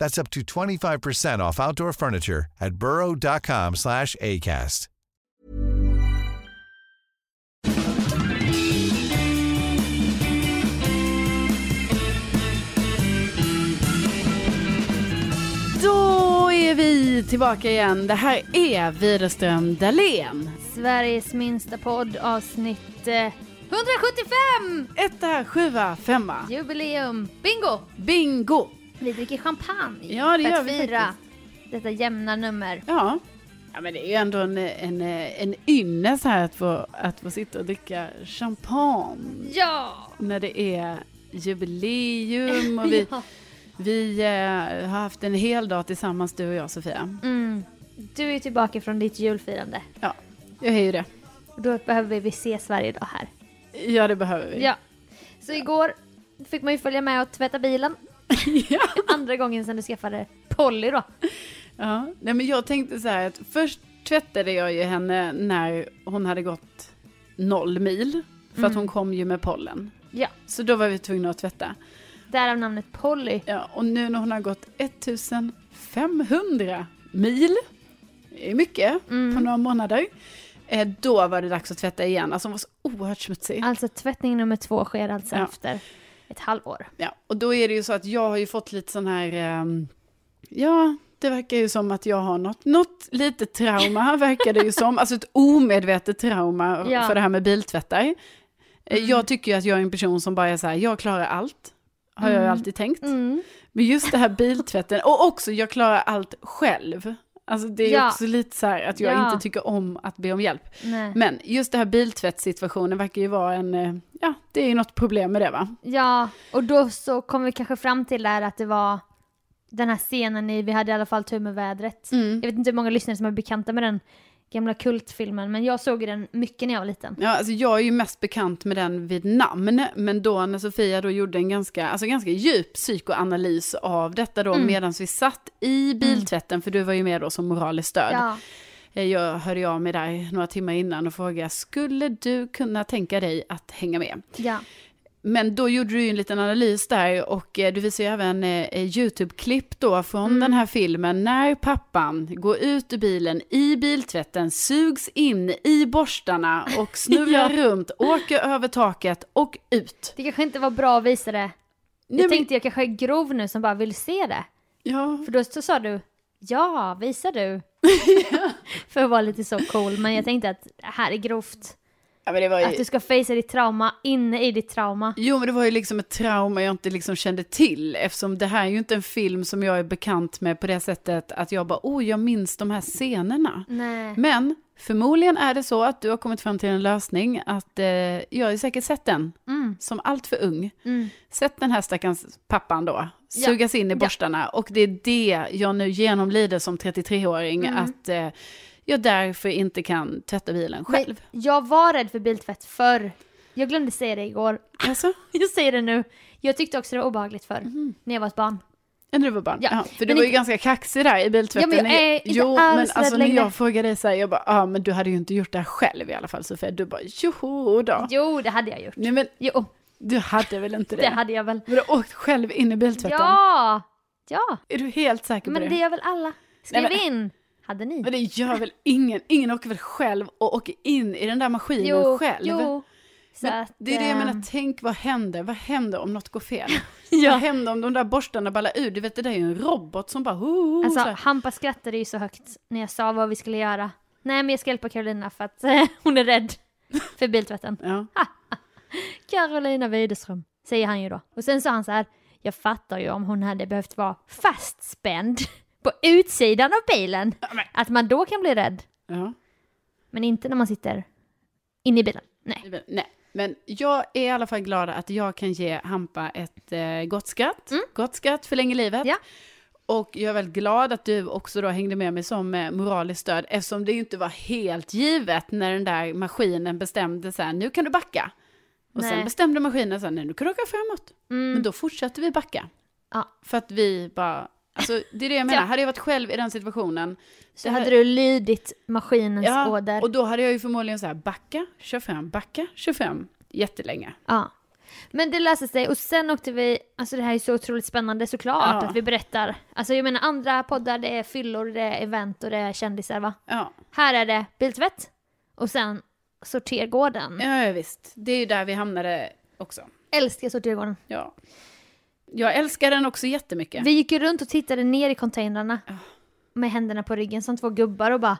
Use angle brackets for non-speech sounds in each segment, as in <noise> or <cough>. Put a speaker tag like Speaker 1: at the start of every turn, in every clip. Speaker 1: That's up to 25% off outdoor furniture at burrow.com/acast.
Speaker 2: Då är vi tillbaka igen. Det här är Widerström Dahlén.
Speaker 3: Sveriges minsta podd avsnitt eh, 175!
Speaker 2: Etta, sjua, femma.
Speaker 3: Jubileum! Bingo!
Speaker 2: Bingo.
Speaker 3: Vi dricker champagne
Speaker 2: Ja, det
Speaker 3: för
Speaker 2: gör
Speaker 3: att
Speaker 2: vi
Speaker 3: fira detta jämna nummer.
Speaker 2: Ja. ja, men det är ju ändå en, en, en ynnest här att få, att få sitta och dricka champagne
Speaker 3: Ja!
Speaker 2: när det är jubileum och vi,
Speaker 3: <laughs> Ja.
Speaker 2: vi eh, har haft en hel dag tillsammans du och jag Sofia.
Speaker 3: Mm. Du är tillbaka från ditt julfirande.
Speaker 2: Ja, jag är ju det.
Speaker 3: Då behöver vi ses varje dag här.
Speaker 2: Ja, det behöver vi.
Speaker 3: Ja. Så igår fick man ju följa med och tvätta bilen.
Speaker 2: <laughs> Ja.
Speaker 3: Andra gången sedan du skaffade Polly då.
Speaker 2: Ja, nej men jag tänkte så här att först tvättade jag ju henne när hon hade gått noll mil. För att hon kom ju med pollen.
Speaker 3: Ja.
Speaker 2: Så då var vi tvungna att tvätta.
Speaker 3: Därav namnet Polly.
Speaker 2: Ja, och nu när hon har gått 1500 mil, det är mycket på några månader, eh, då var det dags att tvätta igen. Alltså hon var så oerhört smutsig.
Speaker 3: Alltså tvättning nummer två sker alltså
Speaker 2: Ja.
Speaker 3: efter ett halvår.
Speaker 2: Ja, och då är det ju så att jag har ju fått lite sån här, ehm, ja, det verkar ju som att jag har något, något litet
Speaker 3: <laughs>
Speaker 2: trauma verkar det ju som, alltså ett omedvetet trauma
Speaker 3: Ja. Mm.
Speaker 2: för det här med biltvättar. Eh, Jag tycker ju att jag är en person som bara är så här, jag klarar allt, har
Speaker 3: Mm.
Speaker 2: jag ju alltid tänkt. Men just det här biltvätten, och också jag klarar allt själv. Alltså det är ju
Speaker 3: Ja.
Speaker 2: också lite så här att jag
Speaker 3: Ja.
Speaker 2: inte tycker om att be om hjälp.
Speaker 3: Nej.
Speaker 2: Men just det här biltvättssituationen verkar ju vara en, eh, ja, det är ju något problem med det va?
Speaker 3: Ja, och då så kom vi kanske fram till där att det var den här scenen i Vi hade i alla fall tur med vädret. Jag vet inte hur många lyssnare som är bekanta med den gamla kultfilmen, men jag såg ju den mycket när jag var liten.
Speaker 2: Ja, alltså jag är ju mest bekant med den vid namn, men då när Sofia då gjorde en ganska, alltså ganska djup psykoanalys av detta då, medan vi satt i biltvätten, för du var ju med då som moraliskt stöd.
Speaker 3: Ja,
Speaker 2: Eh, Jag hörde jag med dig några timmar innan och frågade, skulle du kunna tänka dig att hänga med?
Speaker 3: ja.
Speaker 2: Men då gjorde du ju en liten analys där och eh, du visar ju även eh, eh, YouTube-klipp då från den här filmen när pappan går ut ur bilen i biltvätten, sugs in i borstarna <laughs> och snurrar runt, åker över taket och ut.
Speaker 3: Det kanske inte var bra att visa det. Jag
Speaker 2: men-
Speaker 3: tänkte jag kanske är grov nu som bara vill se det.
Speaker 2: Ja,
Speaker 3: För då så sa du ja, visa du. För att vara lite så cool, men jag tänkte att det här är grovt.
Speaker 2: ja, men det var
Speaker 3: Att du
Speaker 2: ju...
Speaker 3: ska facea ditt trauma inne i ditt trauma.
Speaker 2: Jo, men det var ju liksom ett trauma jag inte liksom kände till eftersom det här är ju inte en film som jag är bekant med på det sättet att jag bara, oh, jag minns de här scenerna.
Speaker 3: Nej.
Speaker 2: Men förmodligen är det så att du har kommit fram till en lösning att eh, jag har ju säkert sett den
Speaker 3: Mm.
Speaker 2: som allt för ung. Sett den här stackars pappan då
Speaker 3: Ja.
Speaker 2: sugas in i
Speaker 3: Ja.
Speaker 2: borstarna och det är det jag nu genomlider som 33-åring
Speaker 3: Mm.
Speaker 2: att eh, jag därför inte kan tvätta bilen själv.
Speaker 3: Men jag var rädd för biltvätt förr. Jag glömde säga det igår. <laughs>
Speaker 2: Alltså,
Speaker 3: Mhm. Jag säger det nu. Jag tyckte också det var obehagligt förr, när jag var ett barn.
Speaker 2: Ja, när du var barn?
Speaker 3: Ja.
Speaker 2: Jaha, för du
Speaker 3: Men
Speaker 2: var ju
Speaker 3: inte-
Speaker 2: ganska kaxig där i biltvätten.
Speaker 3: Ja, men jag är inte
Speaker 2: jo,
Speaker 3: alls
Speaker 2: men
Speaker 3: rädd
Speaker 2: alltså när
Speaker 3: längre.
Speaker 2: jag frågade dig så här, jag bara, ja ah, men du hade ju inte gjort det här själv i alla fall Sofia. Du bara, joho då.
Speaker 3: Jo, det hade jag gjort.
Speaker 2: Nej men
Speaker 3: Jo,
Speaker 2: du hade väl inte det?
Speaker 3: det hade jag väl.
Speaker 2: Men du har åkt själv in i biltvätten?
Speaker 3: Ja! Ja,
Speaker 2: Är du helt säker på
Speaker 3: men det
Speaker 2: det?
Speaker 3: gör väl alla. Skriv
Speaker 2: Nej, men-
Speaker 3: in! Hade ni?
Speaker 2: Men det gör väl ingen? Ingen åker väl själv och åker in i den där maskinen
Speaker 3: jo,
Speaker 2: själv?
Speaker 3: jo. Så
Speaker 2: Men
Speaker 3: att,
Speaker 2: det är det jag
Speaker 3: ehm,
Speaker 2: menar, tänk vad händer? Vad händer om något går
Speaker 3: <laughs>
Speaker 2: fel?
Speaker 3: Ja.
Speaker 2: Vad händer om de där borstarna ballar ur? Du vet, det där är ju en robot som bara... Hoo, hoo,
Speaker 3: Alltså,
Speaker 2: så här.
Speaker 3: Hampa skrattade ju så högt när jag sa vad vi skulle göra. Nej, men jag ska hjälpa Carolina för att <laughs> eh, hon är rädd för biltvätten.
Speaker 2: ja.
Speaker 3: Carolina Widerström, säger han ju då. Och sen sa han så här, jag fattar ju om hon hade behövt vara fastspänd <laughs> på utsidan av bilen. Att man då kan bli rädd.
Speaker 2: ja.
Speaker 3: Men inte när man sitter inne i bilen. Nej.
Speaker 2: Men- Nej, men jag är i alla fall glad att jag kan ge Hampa ett eh, gott skratt. Gott skratt förlänger livet.
Speaker 3: Mm. Ja.
Speaker 2: Och jag är väldigt glad att du också då hängde med mig som eh, moraliskt stöd eftersom det ju inte var helt givet när den där maskinen bestämde så här, nu kan du backa. Och sen
Speaker 3: Nej. Mm.
Speaker 2: bestämde maskinen så här, nej nu kan du åka framåt. Men då fortsatte vi backa.
Speaker 3: Ja.
Speaker 2: För att vi bara, alltså det är det jag menar, hade jag varit själv i den situationen
Speaker 3: Så hade du lydit maskinens åder.
Speaker 2: och då hade jag ju förmodligen så här, backa, 25, backa, 25, jättelänge.
Speaker 3: Ja. Men det löste sig och sen åkte vi, alltså det här är så otroligt spännande såklart
Speaker 2: Ja.
Speaker 3: att vi berättar. Alltså jag menar andra poddar det är fyllor, det är event och det är kändisar va.
Speaker 2: Ja,
Speaker 3: Här är det biltvätt och sen sortergården.
Speaker 2: ja visst. Det är ju där vi hamnade också.
Speaker 3: Älskar sortergården.
Speaker 2: Ja. Jag älskar den också jättemycket.
Speaker 3: Vi gick ju runt och tittade ner i containrarna med händerna på ryggen som två gubbar och bara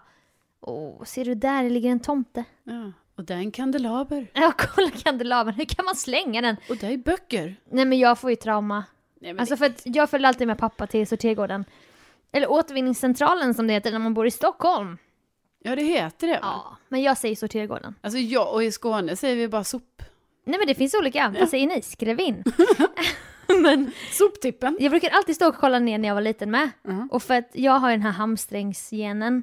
Speaker 3: Åh, ser du där, det ligger en tomte. <laughs>
Speaker 2: Ja. Och där är en kandelaber.
Speaker 3: Ja, kolla kandelabern, hur kan man slänga den?
Speaker 2: Och där är böcker.
Speaker 3: Nej men jag får ju trauma.
Speaker 2: Nej, men
Speaker 3: Alltså för att jag följde alltid med pappa till sortergården. Eller återvinningscentralen som det heter när man bor i Stockholm.
Speaker 2: Ja, det heter det va?
Speaker 3: Ja, men jag säger sortergården.
Speaker 2: Alltså ja, och i Skåne säger vi bara sop.
Speaker 3: Nej men det finns olika, vad säger ni? Skrev in.
Speaker 2: <laughs>
Speaker 3: <laughs>
Speaker 2: Soptippen.
Speaker 3: Jag brukar alltid stå och kolla ner när jag var liten med. Och för att jag har ju den här hamstringsgenen.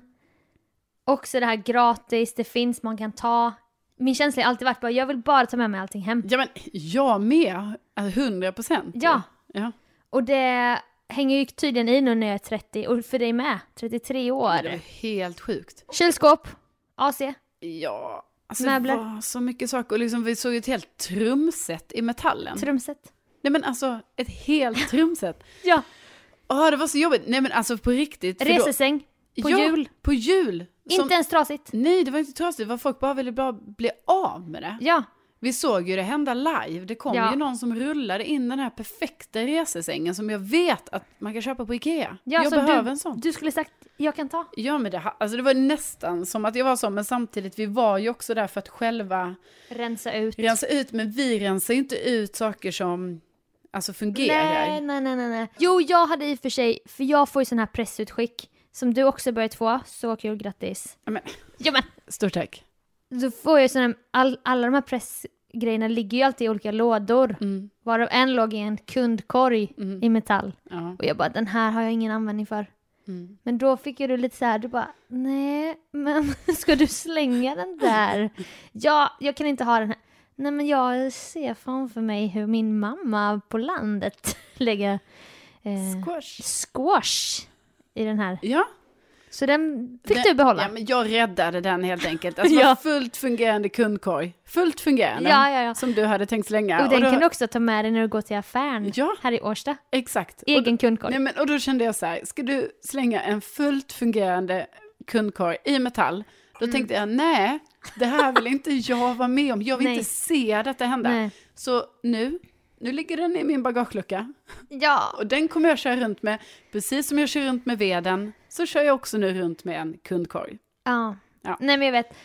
Speaker 3: Också det här gratis, det finns, man kan ta. Min känsla har alltid varit bara, jag vill bara ta med mig allting hem.
Speaker 2: Ja, men jag med. Alltså, 100 procent.
Speaker 3: Ja.
Speaker 2: ja.
Speaker 3: Och det hänger ju tydligen i nu när jag är 30, och för dig med, 33
Speaker 2: Det är
Speaker 3: år.
Speaker 2: helt sjukt.
Speaker 3: Kylskåp, AC.
Speaker 2: Ja. Alltså,
Speaker 3: Möbler.
Speaker 2: Det var så mycket saker. Och liksom, vi såg ju ett helt trumset i metallen.
Speaker 3: Trumset.
Speaker 2: Nej, men alltså ett helt trumset.
Speaker 3: Ja,
Speaker 2: Åh, det var så jobbigt. Nej, men alltså på riktigt. för då-
Speaker 3: resesäng. På
Speaker 2: ja,
Speaker 3: jul.
Speaker 2: På jul. Som-
Speaker 3: Inte ens trasigt.
Speaker 2: Nej, det var inte trasigt. Det var folk bara ville bara bli av med det.
Speaker 3: Ja,
Speaker 2: Vi såg ju det hända live. Det kom
Speaker 3: Ja.
Speaker 2: ju någon som rullade in den här perfekta resesängen som jag vet att man kan köpa på Ikea. jag
Speaker 3: ja så
Speaker 2: behöver
Speaker 3: du,
Speaker 2: en sån.
Speaker 3: Du skulle sagt, jag kan ta.
Speaker 2: Ja, men det, ha- alltså det var nästan som att jag var så, men samtidigt, vi var ju också där för att själva
Speaker 3: Rensa ut.
Speaker 2: rensa ut, men vi rensar ju inte ut saker som alltså fungerar.
Speaker 3: Nej, nej, nej, nej, nej. Jo, jag hade i och för sig, för jag får ju sån här pressutskick som du också börjat få. Så kul, grattis.
Speaker 2: Ja, Men,
Speaker 3: Ja, men
Speaker 2: stort tack.
Speaker 3: då får jag ju sån här, all, alla de här pressgrejerna ligger ju alltid i olika lådor.
Speaker 2: Mm.
Speaker 3: Varav en låg i en kundkorg i metall.
Speaker 2: Ja.
Speaker 3: Och jag bara, den här har jag ingen användning för.
Speaker 2: Mm.
Speaker 3: Men då fick ju du lite så här, du bara, nej, men <laughs> ska du slänga den där? ja, jag kan inte ha den här. Nej, men jag ser framför mig hur min mamma på landet <laughs> lägger eh,
Speaker 2: Squash.
Speaker 3: squash i den här.
Speaker 2: Ja.
Speaker 3: Så den fick
Speaker 2: Den-
Speaker 3: du behålla.
Speaker 2: Ja, men jag räddade den helt
Speaker 3: <laughs>
Speaker 2: enkelt. Alltså,
Speaker 3: Ja.
Speaker 2: ja. Fullt fungerande kundkorg. Fullt fungerande.
Speaker 3: Ja, ja, ja.
Speaker 2: Som du hade tänkt slänga.
Speaker 3: och den
Speaker 2: då,
Speaker 3: kan du också ta med dig när du går till affären
Speaker 2: Ja.
Speaker 3: här i Årsta.
Speaker 2: Exakt.
Speaker 3: Egen
Speaker 2: och då,
Speaker 3: kundkorg.
Speaker 2: nej, men, och då kände jag så här, ska du slänga en fullt fungerande kundkorg i metall? Då
Speaker 3: Mm.
Speaker 2: tänkte jag, nej, det här vill
Speaker 3: <laughs>
Speaker 2: inte jag vara med om. Jag vill
Speaker 3: Nej.
Speaker 2: inte se detta hända.
Speaker 3: Nej.
Speaker 2: Så nu, nu ligger den i min bagagelucka.
Speaker 3: Ja,
Speaker 2: Och den kommer jag köra runt med. Precis som jag kör runt med veden, så kör jag också nu runt med en kundkorg.
Speaker 3: Ja.
Speaker 2: Ja.
Speaker 3: Nej men jag vet.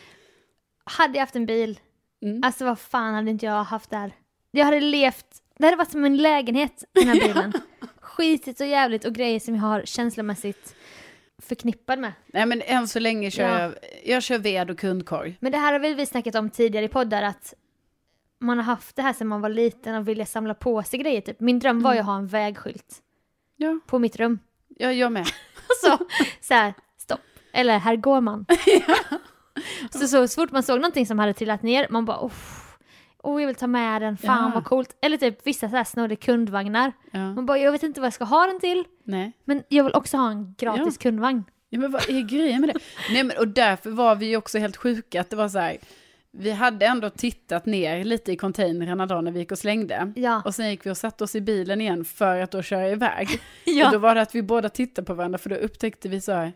Speaker 3: Hade jag haft en bil,
Speaker 2: Mm.
Speaker 3: alltså vad fan hade inte jag haft där? Jag hade levt, det hade varit som en lägenhet den här
Speaker 2: <laughs>
Speaker 3: bilen. Skitigt och jävligt och grejer som jag har känslomässigt förknippad med.
Speaker 2: Nej, men än så länge kör
Speaker 3: Ja.
Speaker 2: jag, jag kör ved och kundkorg.
Speaker 3: Men det här har väl vi snackat om tidigare i poddar att man har haft det här sedan man var liten och vilja samla på sig grejer typ. Min dröm var ju att
Speaker 2: Mm.
Speaker 3: ha en vägskylt
Speaker 2: Ja,
Speaker 3: på
Speaker 2: <laughs>
Speaker 3: mitt rum.
Speaker 2: jag, jag
Speaker 3: <laughs>
Speaker 2: med.
Speaker 3: Så, så här, stopp. Eller
Speaker 2: <laughs>
Speaker 3: här går man. så, så fort man såg någonting som hade trillat ner, man bara "Uff." oh, jag vill ta med den, fan
Speaker 2: Ja.
Speaker 3: vad coolt. Eller typ vissa så här snodde kundvagnar.
Speaker 2: Ja.
Speaker 3: Man bara, jag vet inte vad jag ska ha den till,
Speaker 2: Nej.
Speaker 3: men jag vill också ha en gratis kundvagn.
Speaker 2: Ja, men vad är grejen med det? Nej, men, och därför var vi ju också helt sjuka, att det var så här, vi hade ändå tittat ner lite i containrarna då när vi gick och slängde.
Speaker 3: Ja.
Speaker 2: Och sen gick vi och satte oss i bilen igen för att då köra
Speaker 3: <laughs>
Speaker 2: iväg.
Speaker 3: Ja.
Speaker 2: Och då var det att vi båda tittade på varandra, för då upptäckte vi så här,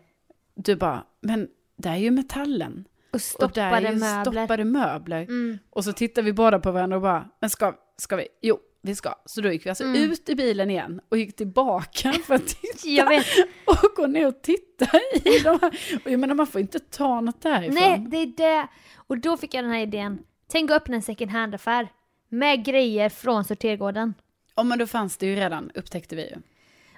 Speaker 2: du bara, men där är ju metallen.
Speaker 3: Och
Speaker 2: och där
Speaker 3: stoppade
Speaker 2: är ju
Speaker 3: möbler.
Speaker 2: stoppade möbler.
Speaker 3: Mm.
Speaker 2: Och så tittade vi båda på varandra och bara, men ska, ska vi? Jo, vi ska. Så då gick vi alltså
Speaker 3: Mm.
Speaker 2: ut i bilen igen och gick tillbaka <laughs> för att titta.
Speaker 3: Jag vet,
Speaker 2: Och gå ner och titta i de här. Och jag menar man får inte ta något därifrån.
Speaker 3: nej det är det. Och då fick jag den här idén, tänk att öppna en second hand-affär med grejer från sortergården.
Speaker 2: Ja men då fanns det ju redan, upptäckte vi ju.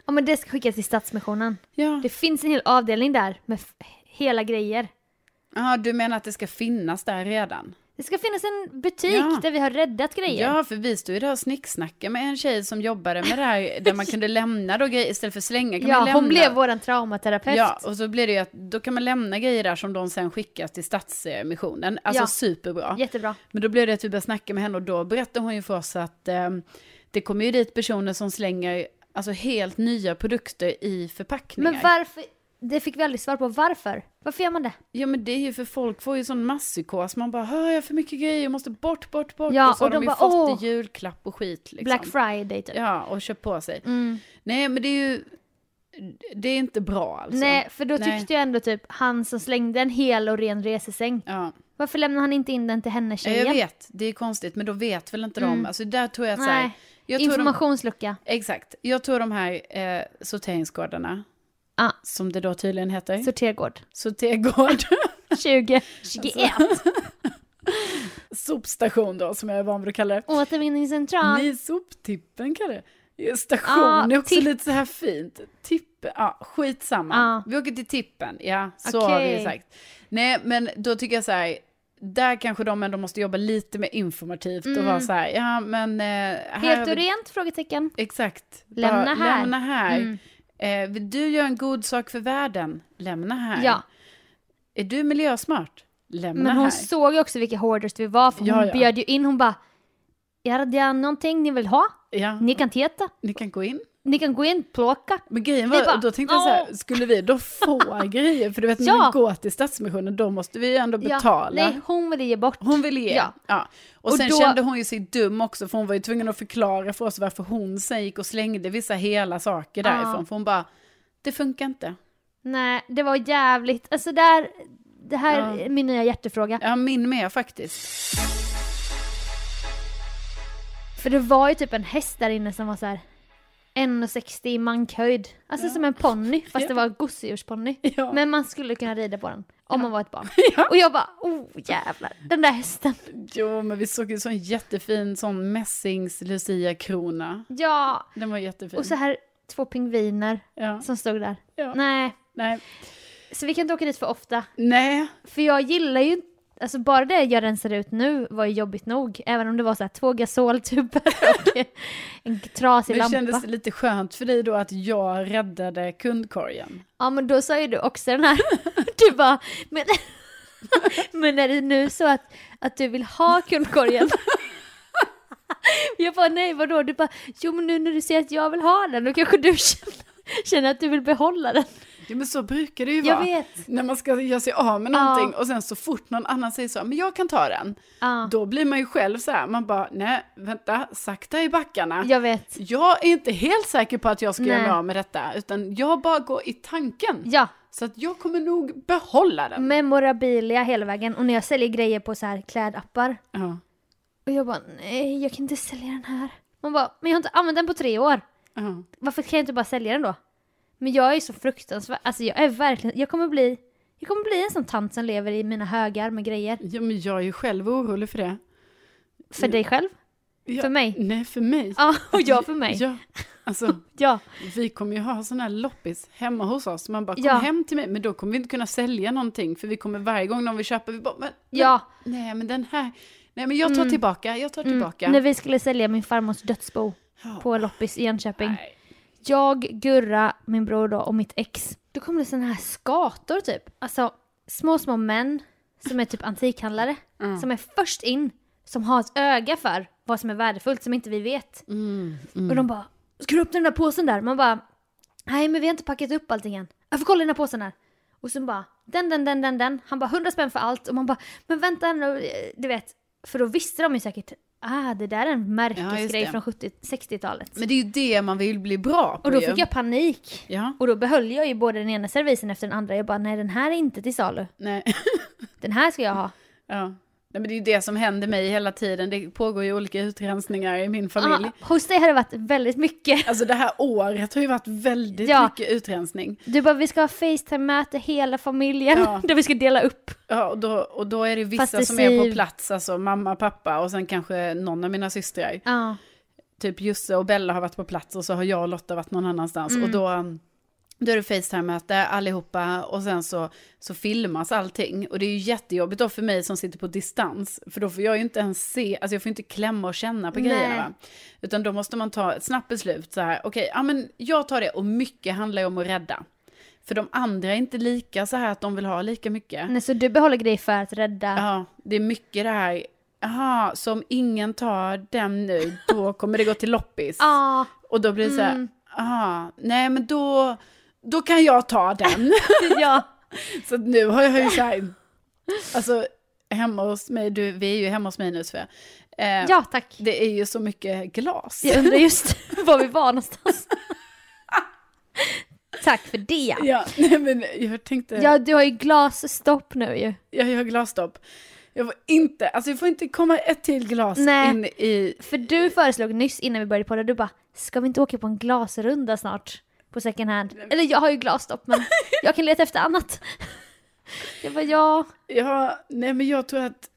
Speaker 3: Ja men det ska skickas till Stadsmissionen.
Speaker 2: Ja,
Speaker 3: Det finns en hel avdelning där med f- hela grejer.
Speaker 2: ah, du menar att det ska finnas där redan?
Speaker 3: Det ska finnas en butik
Speaker 2: Ja.
Speaker 3: där vi har räddat grejer.
Speaker 2: Ja, för vi stod ju där och snicksnackade med en tjej som jobbade med det här, där
Speaker 3: <laughs>
Speaker 2: man kunde lämna då grejer istället för slänga. Kan man
Speaker 3: Ja,
Speaker 2: lämna.
Speaker 3: hon blev våran traumaterapeut.
Speaker 2: Ja, och så blir det ju att då kan man lämna grejer där som de sen skickar till Stadsmissionen. Alltså
Speaker 3: Ja.
Speaker 2: superbra.
Speaker 3: Jättebra.
Speaker 2: Men då blev det att vi började snacka med henne och då berättade hon ju för oss att eh, det kommer ju dit personer som slänger alltså helt nya produkter i förpackningar.
Speaker 3: Men varför, det fick vi aldrig svar på, varför? Varför gör man det?
Speaker 2: Ja men det är ju för folk får ju sån masspsykos, man bara hör jag för mycket grejer, jag måste bort, bort, bort.
Speaker 3: Ja,
Speaker 2: och så
Speaker 3: och
Speaker 2: har de,
Speaker 3: de
Speaker 2: ju
Speaker 3: bara,
Speaker 2: fått
Speaker 3: "Åh,
Speaker 2: i julklapp och skit liksom.
Speaker 3: Black Friday typ.
Speaker 2: Ja, och köpt på sig.
Speaker 3: Mm.
Speaker 2: Nej men det är ju, det är inte bra alltså.
Speaker 3: Nej, för då
Speaker 2: Nej.
Speaker 3: tyckte jag ändå typ han som slängde en hel och ren resesäng.
Speaker 2: Ja.
Speaker 3: Varför lämnar han inte in den till henne
Speaker 2: Ja,
Speaker 3: tjejen?
Speaker 2: jag vet, det är konstigt men då vet väl inte de, alltså där tror jag att så här,
Speaker 3: Mm. Nej.
Speaker 2: jag tror de-
Speaker 3: Informationslucka.
Speaker 2: Exakt. Jag tror de här eh, sorteringsgårdarna,
Speaker 3: Ah.
Speaker 2: som det då tydligen heter,
Speaker 3: Sortergård.
Speaker 2: sortergård, <laughs>
Speaker 3: 20,
Speaker 2: Alltså.
Speaker 3: 21.
Speaker 2: sopstation då, som jag är van vid att kalla det.
Speaker 3: Återvinningscentral.
Speaker 2: Nej, soptippen kallar det. Ja, Station
Speaker 3: Ah,
Speaker 2: är också
Speaker 3: tipp.
Speaker 2: lite så här fint. Tippen, ja, skitsamma.
Speaker 3: Ah.
Speaker 2: Vi åker till tippen, ja, så har vi ju
Speaker 3: Okej.
Speaker 2: sagt. Nej, men då tycker jag så här, där kanske de ändå måste jobba lite mer informativt och vara så här, ja men... Eh, här har
Speaker 3: Mm. Helt
Speaker 2: vi-
Speaker 3: och rent? Frågetecken.
Speaker 2: Exakt.
Speaker 3: Lämna
Speaker 2: Bara,
Speaker 3: här.
Speaker 2: Lämna här.
Speaker 3: Mm.
Speaker 2: Eh, vill du göra en god sak för världen? Lämna här.
Speaker 3: Ja.
Speaker 2: Är du miljösmart? Lämna
Speaker 3: Men
Speaker 2: här.
Speaker 3: hon såg ju också vilka hoarders vi var, för hon
Speaker 2: Ja, ja.
Speaker 3: bjöd ju in, hon bara Är det någonting ni vill ha?
Speaker 2: Ja,
Speaker 3: Ni kan titta,
Speaker 2: ni kan gå in.
Speaker 3: ni kan gå in, plocka.
Speaker 2: Men grejen
Speaker 3: Vi
Speaker 2: var,
Speaker 3: bara,
Speaker 2: och då tänkte jag så här,
Speaker 3: "Åh."
Speaker 2: skulle vi då
Speaker 3: <laughs>
Speaker 2: få grejer? För du vet, när
Speaker 3: Ja.
Speaker 2: vi går till Stadsmissionen, då måste vi ju ändå
Speaker 3: Ja,
Speaker 2: betala.
Speaker 3: nej, hon ville ge bort.
Speaker 2: Hon ville ge. Ja.
Speaker 3: Ja.
Speaker 2: Och,
Speaker 3: Och
Speaker 2: sen
Speaker 3: då-
Speaker 2: kände hon ju sig dum också, för hon var ju tvungen att förklara för oss varför hon sen gick och slängde vissa hela saker
Speaker 3: Ja.
Speaker 2: därifrån. För hon bara, det funkar inte.
Speaker 3: Nej, det var jävligt, alltså där, det här
Speaker 2: Ja.
Speaker 3: är min nya hjärtefråga.
Speaker 2: Ja, min med faktiskt.
Speaker 3: För det var ju typ en häst där inne som var så här 1,60 i mankhöjd. Alltså som en ponny, fast det var en gosedjursponny.
Speaker 2: Ja.
Speaker 3: Men man skulle kunna rida på den, om man var ett barn. Och jag bara, oh jävlar, den där hästen.
Speaker 2: Jo, men vi såg ju en sån jättefin sån mässings Lucia-krona.
Speaker 3: Ja,
Speaker 2: Den var jättefin.
Speaker 3: och så här två pingviner
Speaker 2: ja.
Speaker 3: som stod där.
Speaker 2: Ja.
Speaker 3: Nej,
Speaker 2: Nej.
Speaker 3: så vi kan inte åka dit för ofta.
Speaker 2: Nej.
Speaker 3: För jag gillar ju Alltså bara det jag rensade ut nu var ju jobbigt nog, även om det var så här två gasoltuber <laughs> och en trasig
Speaker 2: Men det
Speaker 3: lampa.
Speaker 2: kändes det lite skönt för dig då att jag räddade kundkorgen.
Speaker 3: Ja men då sa ju du också den här, <laughs> du bara, men, <laughs> men är det nu så att, att du vill ha kundkorgen? <laughs> Jag bara nej vadå? Du bara jo men nu när du säger att jag vill ha den då kanske du <laughs> känner, känner att du vill behålla den.
Speaker 2: Ja, men så brukar det ju
Speaker 3: Jag
Speaker 2: vara.
Speaker 3: vet.
Speaker 2: När man ska göra sig av med
Speaker 3: Ja.
Speaker 2: någonting och sen så fort någon annan säger så, men jag kan ta den.
Speaker 3: Ja,
Speaker 2: Då blir man ju själv så här, man bara, nej, vänta, sakta i backarna.
Speaker 3: jag vet.
Speaker 2: Jag är inte helt säker på att jag ska göra
Speaker 3: Nej.
Speaker 2: mig av med detta, utan jag bara går i tanken.
Speaker 3: Ja,
Speaker 2: Så att jag kommer nog behålla den.
Speaker 3: memorabilia hela vägen och när jag säljer grejer på så här klädappar
Speaker 2: Ja.
Speaker 3: och jag bara nej jag kan inte sälja den här. Man bara men jag har inte använt den på tre år.
Speaker 2: Ja.
Speaker 3: varför kan jag inte bara sälja den då? Men jag är så fruktansvärd, alltså jag är verkligen, jag kommer bli, jag kommer bli en sån tant som lever i mina högar med grejer.
Speaker 2: Ja, men jag är ju själv orolig för det.
Speaker 3: För dig själv?
Speaker 2: Ja,
Speaker 3: För mig?
Speaker 2: Nej, för mig.
Speaker 3: Ja, och jag för mig.
Speaker 2: Ja, alltså,
Speaker 3: Ja,
Speaker 2: vi kommer ju ha sån här loppis hemma hos oss. Man bara, kom
Speaker 3: Ja.
Speaker 2: hem till mig. Men då kommer vi inte kunna sälja någonting, för vi kommer varje gång någon vi köper, vi bara, men,
Speaker 3: ja.
Speaker 2: men, nej, men den här, nej, men jag tar tillbaka, jag tar tillbaka.
Speaker 3: När vi skulle sälja min farmors dödsbo
Speaker 2: Ja.
Speaker 3: på loppis i Jönköping.
Speaker 2: Nej.
Speaker 3: Jag, Gurra, min bror då och mitt ex. Då kom det såna här skator typ. Alltså små, små män som är typ antikhandlare. Som är först in, som har ett öga för vad som är värdefullt som inte vi vet.
Speaker 2: Mm.
Speaker 3: Och de bara, ska du öppna den där påsen där? Man bara, nej men vi har inte packat upp allting än. Jag får kolla i den här påsen här. Och sen bara, den, den, den, den, den. Han bara, 100 spänn för allt. Och man bara, men vänta nu, eh, du vet. För då visste de ju säkert, ah det där är en märkesgrej
Speaker 2: det.
Speaker 3: från 70 60-talet.
Speaker 2: Men det är ju det man vill bli bra på
Speaker 3: Och då
Speaker 2: ju.
Speaker 3: fick jag panik.
Speaker 2: Ja.
Speaker 3: Och då behöll jag ju både den ena servisen efter den andra. Jag bara, nej den här är inte till salu.
Speaker 2: Nej. <laughs>
Speaker 3: Den här ska jag ha.
Speaker 2: ja. Nej, men det är ju det som händer mig hela tiden. Det pågår ju olika utrensningar i min familj.
Speaker 3: Ah, hos dig har det varit väldigt mycket.
Speaker 2: Alltså det här året har ju varit väldigt
Speaker 3: Ja.
Speaker 2: mycket utrensning.
Speaker 3: Du bara, vi ska ha Facetime-möte hela familjen.
Speaker 2: Ja.
Speaker 3: <laughs> Där vi ska dela upp.
Speaker 2: Ja, och, då, och då är det vissa
Speaker 3: Fast det
Speaker 2: som är
Speaker 3: ser-
Speaker 2: på plats, alltså mamma, pappa och sen kanske någon av mina systrar.
Speaker 3: Ja.
Speaker 2: Typ Jusse och Bella har varit på plats och så har jag och Lotta varit någon annanstans.
Speaker 3: Mm.
Speaker 2: Och då, um, då är det Facetime-möte allihopa och sen så, så filmas allting. Och det är ju jättejobbigt då för mig som sitter på distans. För då får jag ju inte ens se, alltså jag får inte klämma och känna på
Speaker 3: Nej.
Speaker 2: grejerna. Va? Utan då måste man ta ett snabbt beslut så här, okej, ja men jag tar det och mycket handlar ju om att rädda. För de andra är inte lika så här att de vill ha lika mycket.
Speaker 3: Nej, så du behåller grejer för att rädda.
Speaker 2: Ja, det är mycket det här. Jaha, så om ingen tar den nu, då
Speaker 3: <laughs>
Speaker 2: kommer det gå till loppis.
Speaker 3: Ja. Mm.
Speaker 2: Och då blir det så här, aha, nej men då, då kan jag ta
Speaker 3: <laughs>
Speaker 2: den.
Speaker 3: ja.
Speaker 2: så att nu har jag ju så här, alltså hemma hos mig, du, vi är ju hemma hos mig nu Svea. Eh,
Speaker 3: ja, tack.
Speaker 2: Det är ju så mycket glas.
Speaker 3: Jag undrar just <laughs> var vi var någonstans. tack för det.
Speaker 2: <laughs> Ja, nej men jag tänkte,
Speaker 3: Ja, du har ju glasstopp nu ju.
Speaker 2: jag gör glasstopp. Jag får inte, alltså jag får inte komma ett till glas
Speaker 3: Nej.
Speaker 2: in i,
Speaker 3: För du föreslog nyss innan vi började podda, du bara “ska vi inte åka på en glasrunda snart?” på second hand. Eller jag har ju glasstopp men jag kan leta efter annat. <laughs> Jag bara ja,
Speaker 2: ja, nej men jag tror att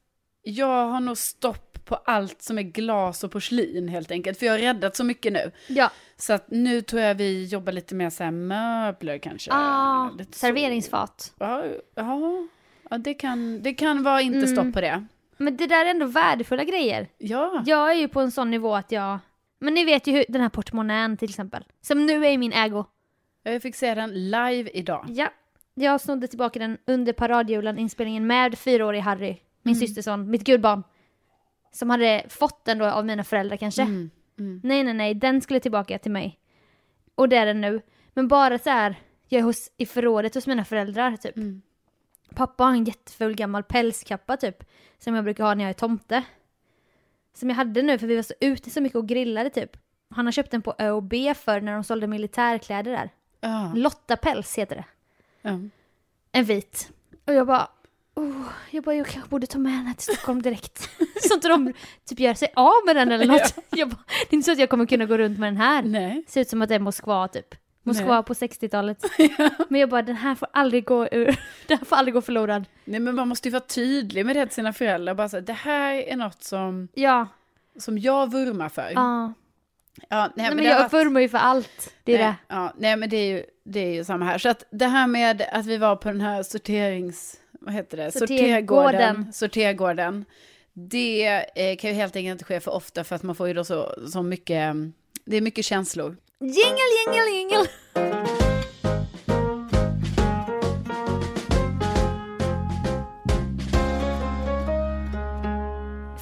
Speaker 2: jag har nog stopp på allt som är glas och porslin helt enkelt. För jag har räddat så mycket nu.
Speaker 3: ja.
Speaker 2: Så att nu tror jag vi jobbar lite mer så här möbler kanske.
Speaker 3: Ah,
Speaker 2: Lite så.
Speaker 3: serveringsfat.
Speaker 2: Ja, ja, ja det, kan, det kan vara inte
Speaker 3: Mm.
Speaker 2: stopp på det.
Speaker 3: Men det där är ändå värdefulla grejer.
Speaker 2: Ja,
Speaker 3: Jag är ju på en sån nivå att jag... Men ni vet ju hur den här portmonnän till exempel, som nu är i min ägo.
Speaker 2: jag fick se den live idag.
Speaker 3: Ja. Jag snodde tillbaka den under paradjulen, inspelningen med fyraårig Harry, min systerson, mitt gudbarn. Som hade fått den då av mina föräldrar kanske. Nej, nej, nej, den skulle tillbaka till mig. Och det är den nu. Men bara så här, jag är hos, i förrådet hos mina föräldrar typ. Pappa har en jätteful gammal pälskappa typ, som jag brukar ha när jag är tomte. Som jag hade nu för vi var så ute så mycket och grillade typ. Han har köpt den på ÖoB för när de sålde militärkläder där.
Speaker 2: Ja,
Speaker 3: Lotta Päls heter det.
Speaker 2: ja.
Speaker 3: En vit. Och jag bara, oh, jag bara, jag kanske borde ta med den här till
Speaker 2: <laughs>
Speaker 3: Stockholm direkt. så inte de typ gör sig av med den eller något. Jag bara, det är inte så att jag kommer kunna gå runt med den här.
Speaker 2: Nej.
Speaker 3: Ser ut som att det är Moskva typ. Moskva
Speaker 2: Nej. <laughs>
Speaker 3: på 60-talet. Men jag bara, den här får aldrig gå ur, <laughs> den här får aldrig gå förlorad.
Speaker 2: Nej, men man måste ju vara tydlig med det till sina föräldrar. Bara så här, det här är något som,
Speaker 3: Ja,
Speaker 2: som jag vurmar för.
Speaker 3: ja.
Speaker 2: Ja, nej,
Speaker 3: Ah. Nej, men
Speaker 2: det har
Speaker 3: jag
Speaker 2: varit-
Speaker 3: vurmar ju för allt. Det är
Speaker 2: nej,
Speaker 3: det.
Speaker 2: Ja, nej, men det är, ju, det är ju samma här. Så att det här med att vi var på den här sorterings... Vad heter det?
Speaker 3: Sortergården.
Speaker 2: Sortergården. Det eh, kan ju helt enkelt inte ske för ofta för att man får ju då så, så mycket... mm, Det är mycket känslor.
Speaker 3: Jingle, jingle, jingle!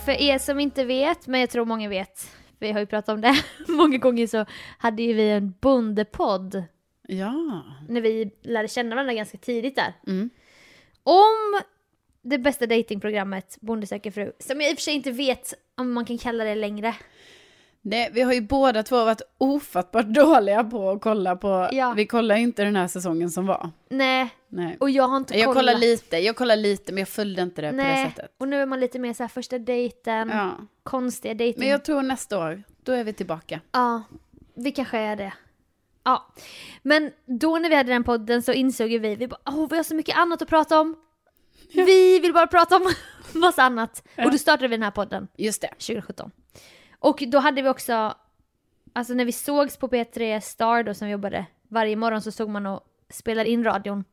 Speaker 3: För er som inte vet, men jag tror många vet, vi har ju pratat om det <laughs> många gånger, så hade ju vi en bondepodd
Speaker 2: Ja.
Speaker 3: när vi lärde känna varandra ganska tidigt där.
Speaker 2: Mm.
Speaker 3: Om det bästa datingprogrammet Bonde söker fru, som jag i och för sig inte vet om man kan kalla det längre.
Speaker 2: Nej, vi har ju båda två varit ofattbart <laughs> dåliga på att kolla på...
Speaker 3: Ja.
Speaker 2: Vi kollar ju inte den här säsongen som var.
Speaker 3: Nej,
Speaker 2: Nej.
Speaker 3: och jag har inte
Speaker 2: Jag kollar
Speaker 3: kollat.
Speaker 2: lite, jag kollar lite, men jag följde inte det på det sättet.
Speaker 3: och nu är man lite mer så här första dejten,
Speaker 2: Ja.
Speaker 3: konstiga dejten.
Speaker 2: Men jag tror nästa år, då är vi tillbaka.
Speaker 3: Ja, vi kanske är det. Ja, men då när vi hade den podden så insåg ju vi, vi bara, åh vi har så mycket annat att prata om. Vi vill bara prata om <laughs> massa annat. Och då startade vi den här podden
Speaker 2: Just det.
Speaker 3: 2017. Och då hade vi också, alltså när vi sågs på P3 Star då som vi jobbade, varje morgon så såg man och spelade in radion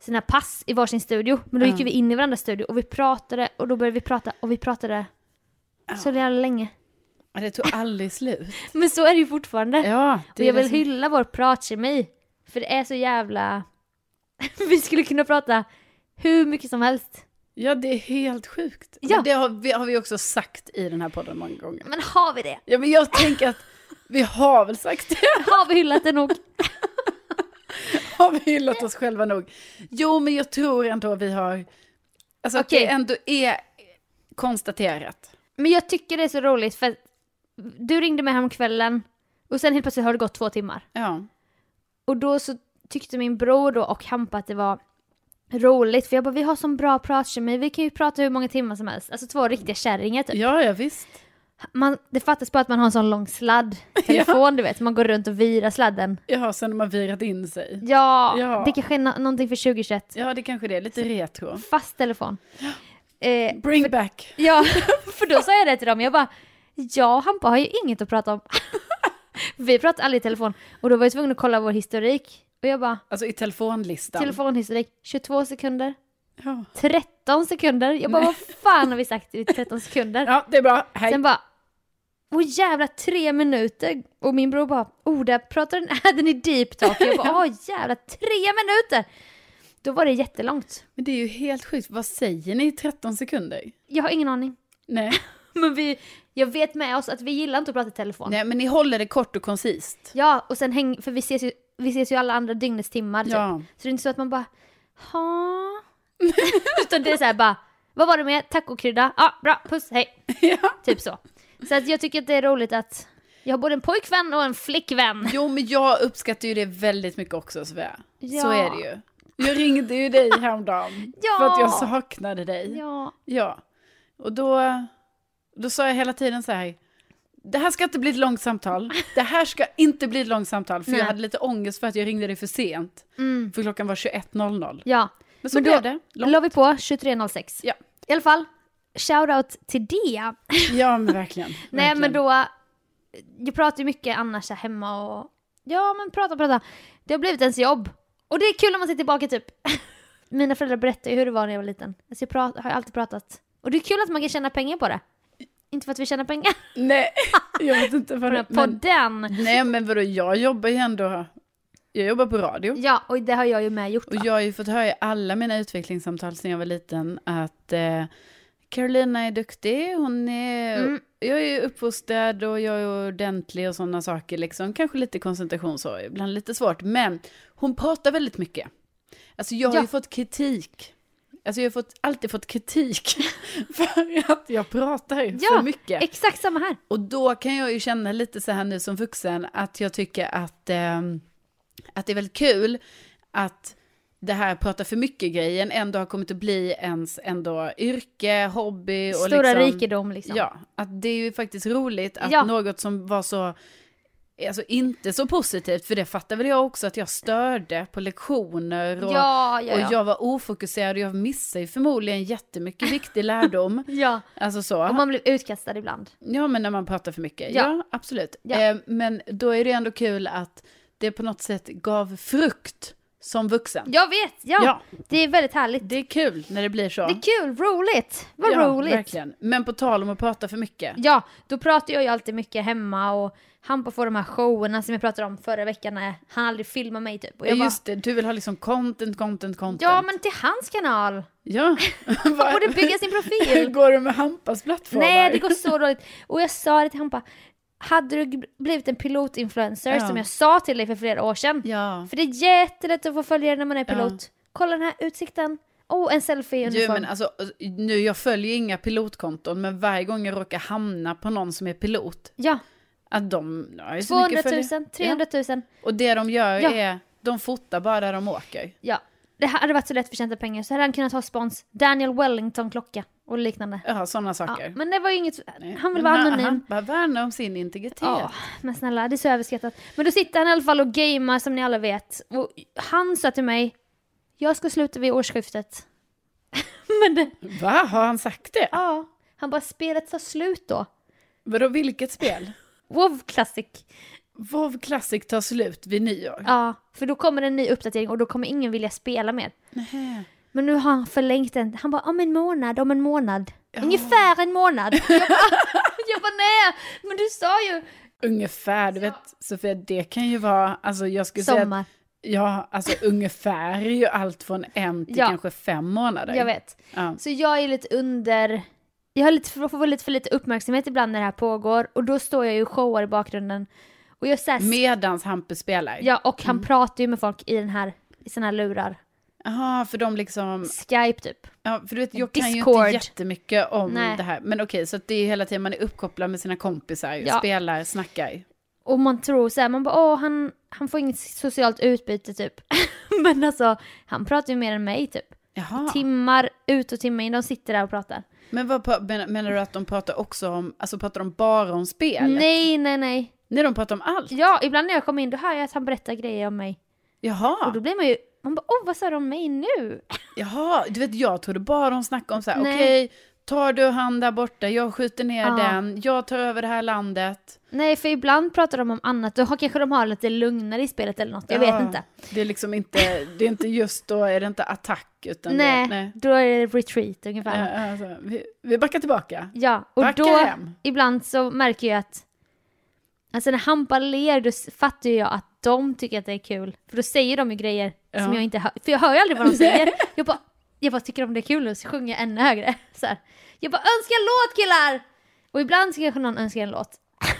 Speaker 3: sina pass i varsin studio. Men då gick ju vi in i varandras studio och vi pratade och då började vi prata och vi pratade så jävla länge.
Speaker 2: Ja, Det tog aldrig
Speaker 3: <laughs>
Speaker 2: slut.
Speaker 3: Men så är det ju fortfarande.
Speaker 2: Ja,
Speaker 3: och jag vill hylla vår pratkemi. <laughs> För det är så jävla... vi skulle kunna prata hur mycket som helst.
Speaker 2: Ja, det är helt sjukt.
Speaker 3: Ja.
Speaker 2: Men Det har vi, har vi också sagt i den här podden många gånger.
Speaker 3: Men har vi det?
Speaker 2: Ja, men jag tänker att vi har väl sagt det. <laughs>
Speaker 3: Har vi hyllat det nog?
Speaker 2: Har vi hyllat oss själva nog? Jo, men jag tror ändå vi har... Alltså att
Speaker 3: Okej.
Speaker 2: det ändå är konstaterat.
Speaker 3: Men jag tycker det är så roligt för att du ringde mig häromkvällen och sen helt plötsligt har det gått två timmar.
Speaker 2: Ja.
Speaker 3: Och då så tyckte min bror då och Hampa att det var roligt för jag bara vi har sån bra pratkemi, vi kan ju prata hur många timmar som helst. Alltså två riktiga kärringar typ.
Speaker 2: Ja, ja, visst.
Speaker 3: Man, det fattas bara att man har en sån
Speaker 2: <laughs>
Speaker 3: lång sladd telefon du vet, man går runt och virar sladden.
Speaker 2: Ja, sen har man virat in sig.
Speaker 3: Ja,
Speaker 2: Ja.
Speaker 3: det kanske är no- någonting för 2021.
Speaker 2: Ja, det kanske det är. Lite retro.
Speaker 3: Fast telefon. Eh,
Speaker 2: Bring back.
Speaker 3: Ja, <laughs> för då sa jag det till dem. Jag bara, jag och Hampa har ju inget att prata om. <laughs> Vi pratar aldrig i telefon. Och då var jag tvungen att kolla vår historik. Och jag bara,
Speaker 2: Alltså i telefonlistan.
Speaker 3: telefonhistorik, 22 sekunder,
Speaker 2: Ja.
Speaker 3: 13 sekunder. Jag bara, vad fan har vi sagt i 13 <laughs> sekunder?
Speaker 2: ja, det är bra. Hej.
Speaker 3: Sen bara, åh jävla tre minuter. Och min bror bara, oh där pratar den, <laughs> här, den i deep talk. Jag <laughs> bara, åh jävla tre minuter. Då var det jättelångt.
Speaker 2: Men det är ju helt sjukt. Vad säger ni i 13 sekunder?
Speaker 3: Jag har ingen aning.
Speaker 2: <laughs> Nej.
Speaker 3: Men vi, jag vet med oss att vi gillar inte att prata i telefon.
Speaker 2: Nej, men ni håller det kort och koncist.
Speaker 3: Ja, och sen häng, för vi ses ju, vi ses ju alla andra dygnets timmar typ.
Speaker 2: Ja.
Speaker 3: Så det är inte så att man bara, ha. <laughs> Utan det är så här bara, vad var det med? Tacokrydda? Ja, bra, puss, hej.
Speaker 2: <laughs> Ja.
Speaker 3: Typ så. Så att jag tycker att det är roligt att jag har både en pojkvän och en flickvän.
Speaker 2: Jo, men jag uppskattar ju det väldigt mycket också, Svea.
Speaker 3: Ja.
Speaker 2: Så är det ju. Jag ringde ju dig häromdagen
Speaker 3: Ja.
Speaker 2: för att jag saknade dig.
Speaker 3: Ja.
Speaker 2: Ja. Och då, då sa jag hela tiden så här, det här ska inte bli ett långt samtal. Det här ska inte bli ett långt samtal. För
Speaker 3: Nej. Mm.
Speaker 2: jag hade lite ångest för att jag ringde dig för sent. För klockan var 21.00.
Speaker 3: Ja.
Speaker 2: Men så blev det. Långt.
Speaker 3: la vi på 23.06.
Speaker 2: Ja.
Speaker 3: I alla fall, shoutout till det.
Speaker 2: Ja,
Speaker 3: <laughs>
Speaker 2: men verkligen.
Speaker 3: Nej
Speaker 2: verkligen.
Speaker 3: men då, jag pratar ju mycket annars här hemma och ja men prata prata. Det har blivit ens jobb. Och det är kul när man ser tillbaka typ. <laughs> Mina föräldrar berättar ju hur det var när jag var liten. Alltså jag prat, har ju alltid pratat. Och det är kul att man kan tjäna pengar på det. Inte för att vi tjänar pengar
Speaker 2: Nej, jag vet inte vad
Speaker 3: <laughs>
Speaker 2: det... <laughs>
Speaker 3: på den här
Speaker 2: Men,
Speaker 3: podden.
Speaker 2: nej, men vadå, jag jobbar ju ändå... Jag jobbar på radio.
Speaker 3: Ja, och det har jag ju med gjort
Speaker 2: Och
Speaker 3: va?
Speaker 2: jag har ju fått höra i alla mina utvecklingssamtal sedan jag var liten att eh, Carolina är duktig, hon är,
Speaker 3: Mm.
Speaker 2: jag är uppfostrad och jag är ordentlig och sådana saker liksom. Kanske lite koncentration så, ibland lite svårt. Men hon pratar väldigt mycket. Alltså jag har
Speaker 3: Ja.
Speaker 2: ju fått kritik. Alltså jag har fått, alltid fått kritik <laughs> för att jag pratar ju
Speaker 3: Ja,
Speaker 2: för mycket.
Speaker 3: exakt samma här.
Speaker 2: Och då kan jag ju känna lite så här nu som vuxen att jag tycker att, ehm, att det är väldigt kul att det här prata för mycket-grejen ändå har kommit att bli ens ändå yrke, hobby och
Speaker 3: Stora
Speaker 2: liksom,
Speaker 3: rikedom liksom.
Speaker 2: Ja, att det är ju faktiskt roligt att
Speaker 3: Ja.
Speaker 2: något som var så, alltså inte så positivt, för det fattar väl jag också att jag störde på lektioner och,
Speaker 3: Ja, ja,
Speaker 2: och
Speaker 3: ja.
Speaker 2: jag var ofokuserad och jag missade ju förmodligen jättemycket viktig lärdom.
Speaker 3: <laughs> Ja,
Speaker 2: Alltså så.
Speaker 3: och man blev utkastad ibland.
Speaker 2: Ja, men när man pratar för mycket.
Speaker 3: Ja.
Speaker 2: Ja, absolut.
Speaker 3: Ja.
Speaker 2: Eh, men då är det ändå kul att det på något sätt gav frukt som vuxen.
Speaker 3: Jag vet, ja.
Speaker 2: Ja.
Speaker 3: Det är väldigt härligt.
Speaker 2: Det är kul när det blir så.
Speaker 3: Det är kul, roligt. Vad
Speaker 2: ja,
Speaker 3: roligt.
Speaker 2: Verkligen. Men på tal om att prata för mycket.
Speaker 3: Ja, då pratar jag ju alltid mycket hemma och Hampa får de här showerna som jag pratade om förra veckan när han aldrig filmar mig typ. Och jag
Speaker 2: Ja,
Speaker 3: bara,
Speaker 2: Just det, du vill ha liksom content, content, content.
Speaker 3: ja men till
Speaker 2: <laughs>
Speaker 3: hans kanal! <laughs>
Speaker 2: Ja.
Speaker 3: Han borde
Speaker 2: <laughs>
Speaker 3: bygga sin profil!
Speaker 2: Går du med Hampas plattformar?
Speaker 3: Nej det går så dåligt. Och jag sa det till Hampa, hade du blivit en pilotinfluencer
Speaker 2: Ja.
Speaker 3: som jag sa till dig för flera år sedan.
Speaker 2: Ja.
Speaker 3: För det är jättelätt att få följare när man är pilot. Kolla den här utsikten. Oh, en selfie i
Speaker 2: Du,
Speaker 3: uniform.
Speaker 2: men alltså, nu, jag följer inga pilotkonton, men varje gång jag råkar hamna på någon som är pilot,
Speaker 3: Ja,
Speaker 2: att de... Ja, det är så
Speaker 3: 200
Speaker 2: mycket följare.
Speaker 3: 000,
Speaker 2: Ja.
Speaker 3: 300 000.
Speaker 2: Och det de gör
Speaker 3: Ja.
Speaker 2: är, de fotar bara där de åker.
Speaker 3: Ja. Det hade varit så lätt förtjänta pengar så hade han kunnat ha spons. Daniel Wellington-klocka och liknande.
Speaker 2: Ja, sådana saker.
Speaker 3: Ja, men det var ju inget,
Speaker 2: Nej.
Speaker 3: han vill
Speaker 2: Men
Speaker 3: vara
Speaker 2: Han
Speaker 3: anonym.
Speaker 2: bara värnar om sin integritet.
Speaker 3: Ja, men snälla, det är så överskattat. Men då sitter han i alla fall och gamer som ni alla vet. Och han sa till mig, jag ska sluta vid årsskiftet. <laughs> men det,
Speaker 2: Va, har han sagt det?
Speaker 3: ja. Han bara, spelet sa slut då.
Speaker 2: Vadå, vilket spel?
Speaker 3: WoW Classic.
Speaker 2: WoW Classic tar slut vid nyår.
Speaker 3: Ja, för då kommer en ny uppdatering och då kommer ingen vilja spela mer.
Speaker 2: Nähä.
Speaker 3: Men nu har han förlängt den. Han bara, om en månad, om en månad. Ungefär
Speaker 2: <laughs>
Speaker 3: en månad. Jag bara, <laughs> jag bara nej, men du sa ju
Speaker 2: Ungefär, du vet Sofia, det kan ju vara, alltså jag skulle
Speaker 3: sommar.
Speaker 2: säga Ja, alltså ungefär är ju allt från en till
Speaker 3: Ja.
Speaker 2: kanske fem månader.
Speaker 3: Jag vet.
Speaker 2: Ja.
Speaker 3: Så jag är lite under... Jag har lite, för- får lite för lite uppmärksamhet ibland när det här pågår och då står jag ju och showar i bakgrunden. Och jag så här,
Speaker 2: Medans Hampus spelar.
Speaker 3: Ja, och
Speaker 2: Mm.
Speaker 3: han pratar ju med folk i den här, i sina lurar.
Speaker 2: Jaha, för de liksom...
Speaker 3: Skype typ.
Speaker 2: Ja, för du vet, jag kan ju
Speaker 3: Discord.
Speaker 2: inte jättemycket om
Speaker 3: Nej.
Speaker 2: det här. Men okej, så att det är hela tiden man är uppkopplad med sina kompisar,
Speaker 3: Ja.
Speaker 2: spelar, snackar.
Speaker 3: Och man tror så här, man bara åh han, han får inget socialt utbyte typ. <laughs> Men alltså, han pratar ju mer än mig typ.
Speaker 2: Jaha.
Speaker 3: Timmar ut och timmar in, de sitter där och pratar.
Speaker 2: Men vad pa- men, menar du att de pratar också om, alltså pratar de bara om spel?
Speaker 3: Nej, nej, nej.
Speaker 2: Nej, de pratar om allt.
Speaker 3: Ja, ibland när jag kommer in då hör jag att han berättar grejer om mig. Och då
Speaker 2: Jaha,
Speaker 3: blir man ju, man bara åh vad sa de om mig nu?
Speaker 2: jaha, du vet jag trodde bara de snackade om så här,
Speaker 3: Nej.
Speaker 2: okej, tar du hand där borta, jag skjuter ner
Speaker 3: Ja.
Speaker 2: den, jag tar över det här landet.
Speaker 3: Nej, för ibland pratar de om annat, då har- kanske de har lite lugnare i spelet eller något, jag
Speaker 2: Ja,
Speaker 3: vet inte.
Speaker 2: Det är liksom inte, det är inte just då, är det inte attack, utan
Speaker 3: Nej,
Speaker 2: det, nej.
Speaker 3: då är det retreat ungefär.
Speaker 2: Ja, Alltså, vi, vi backar tillbaka.
Speaker 3: Ja, och
Speaker 2: Backa
Speaker 3: då
Speaker 2: hem.
Speaker 3: ibland så märker jag att Alltså när Hampa ler då s- fattar ju jag att de tycker att det är kul. För då säger de ju grejer som
Speaker 2: Ja.
Speaker 3: jag inte hör. För jag hör ju aldrig vad
Speaker 2: <laughs>
Speaker 3: de säger. Jag bara, jag bara tycker om det är kul och så sjunger jag ännu högre. <laughs> Så här. Jag bara önskar en låt killar! Och ibland så kanske någon önskar en låt.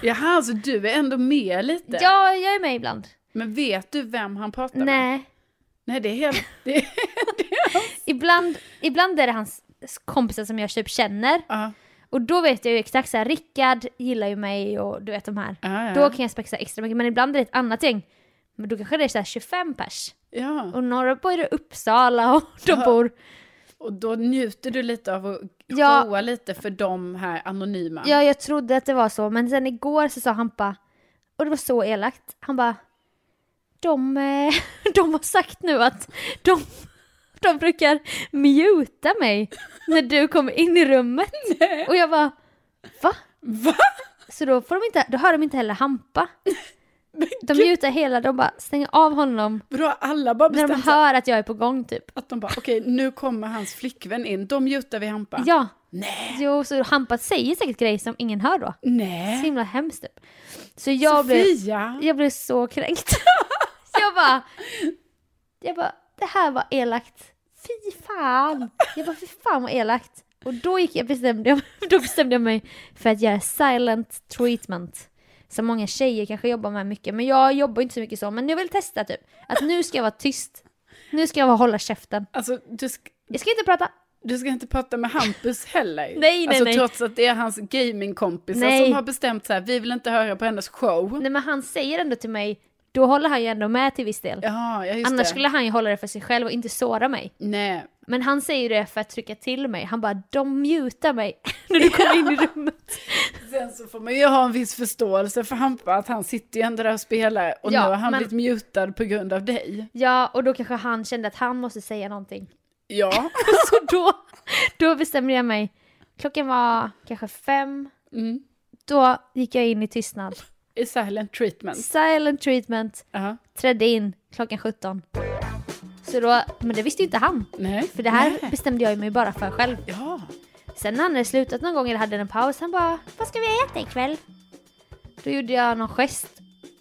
Speaker 2: Jaha, så du är ändå med lite?
Speaker 3: Ja, jag är med ibland.
Speaker 2: Men vet du vem han pratar med?
Speaker 3: Nej.
Speaker 2: Nej, det är helt... Det är, <laughs>
Speaker 3: Ibland, ibland är det hans kompisar som jag typ känner.
Speaker 2: ja,
Speaker 3: Och då vet jag ju exakt så här, Rickard gillar ju mig och du vet de här.
Speaker 2: ja, ja.
Speaker 3: Då kan jag spexa extra mycket, men ibland är det ett annat gäng. Men då kanske det är så här 25 pers.
Speaker 2: ja.
Speaker 3: Och några bor i Uppsala och <laughs> de bor...
Speaker 2: Och då njuter du lite av att
Speaker 3: Ja.
Speaker 2: showa lite för de här anonyma.
Speaker 3: Ja, jag trodde att det var så, men sen igår så sa Hampa, och det var så elakt, han bara... De, eh, <laughs> de har sagt nu att de, <laughs> de brukar muta mig när du kommer in
Speaker 2: <laughs>
Speaker 3: i rummet. Och jag bara, va?
Speaker 2: Va?
Speaker 3: Så då, får de inte, då hör de inte heller Hampa.
Speaker 2: <laughs>
Speaker 3: De mutar hela, de bara stänger av honom
Speaker 2: Då har alla bara
Speaker 3: när de
Speaker 2: bestämt sig
Speaker 3: hör att jag är på gång typ.
Speaker 2: att de bara, okej, nu kommer hans flickvän in, de mutar vi Hampa.
Speaker 3: Ja.
Speaker 2: Nej.
Speaker 3: Jo, så Hampa säger säkert grejer som ingen hör då. Så
Speaker 2: Nej.
Speaker 3: himla hemskt typ. Så jag blev,
Speaker 2: Sofia!
Speaker 3: jag blev så kränkt. så Mm. <laughs> jag bara, jag bara, det här var elakt. Fy fan. Jag bara, fy fan vad elakt. Och då, gick jag, bestämde jag, <laughs> då bestämde jag mig för att göra silent treatment. Som många tjejer kanske jobbar med mycket, men jag jobbar inte så mycket så. Men jag vill testa typ, att nu ska jag vara tyst. Nu ska jag bara hålla käften.
Speaker 2: Alltså, du ska,
Speaker 3: Jag ska inte prata.
Speaker 2: du ska inte prata med Hampus heller.
Speaker 3: <laughs> nej,
Speaker 2: alltså,
Speaker 3: nej.
Speaker 2: trots att det är hans gamingkompisar
Speaker 3: Nej.
Speaker 2: som har bestämt så här, vi vill inte höra på hennes show.
Speaker 3: Nej men han säger ändå till mig, då håller han ju ändå med till viss del.
Speaker 2: Ja, ja, just
Speaker 3: Annars
Speaker 2: det.
Speaker 3: skulle han ju hålla det för sig själv och inte såra mig.
Speaker 2: Nej,
Speaker 3: Men han säger det för att trycka till mig. Han bara, de mutar mig <laughs> när du kommer in i rummet.
Speaker 2: Sen så får man ju ha en viss förståelse för Hampa att han sitter ju ändå där och spelar och
Speaker 3: Ja,
Speaker 2: nu har han
Speaker 3: men-
Speaker 2: blivit mutad på grund av dig.
Speaker 3: Ja, och då kanske han kände att han måste säga någonting. <laughs>
Speaker 2: Ja.
Speaker 3: Så då, då bestämde jag mig. Klockan var kanske fem.
Speaker 2: Mm.
Speaker 3: Då gick jag in i tystnad.
Speaker 2: I silent treatment.
Speaker 3: Silent treatment,
Speaker 2: Ja.
Speaker 3: trädde in klockan 17. Så då, men det visste ju inte han.
Speaker 2: Nej.
Speaker 3: För det här
Speaker 2: Nej.
Speaker 3: bestämde jag ju mig bara för själv.
Speaker 2: Ja.
Speaker 3: Sen när han hade slutat någon gång eller hade en paus, han bara Vad ska vi äta ikväll? Då gjorde jag någon gest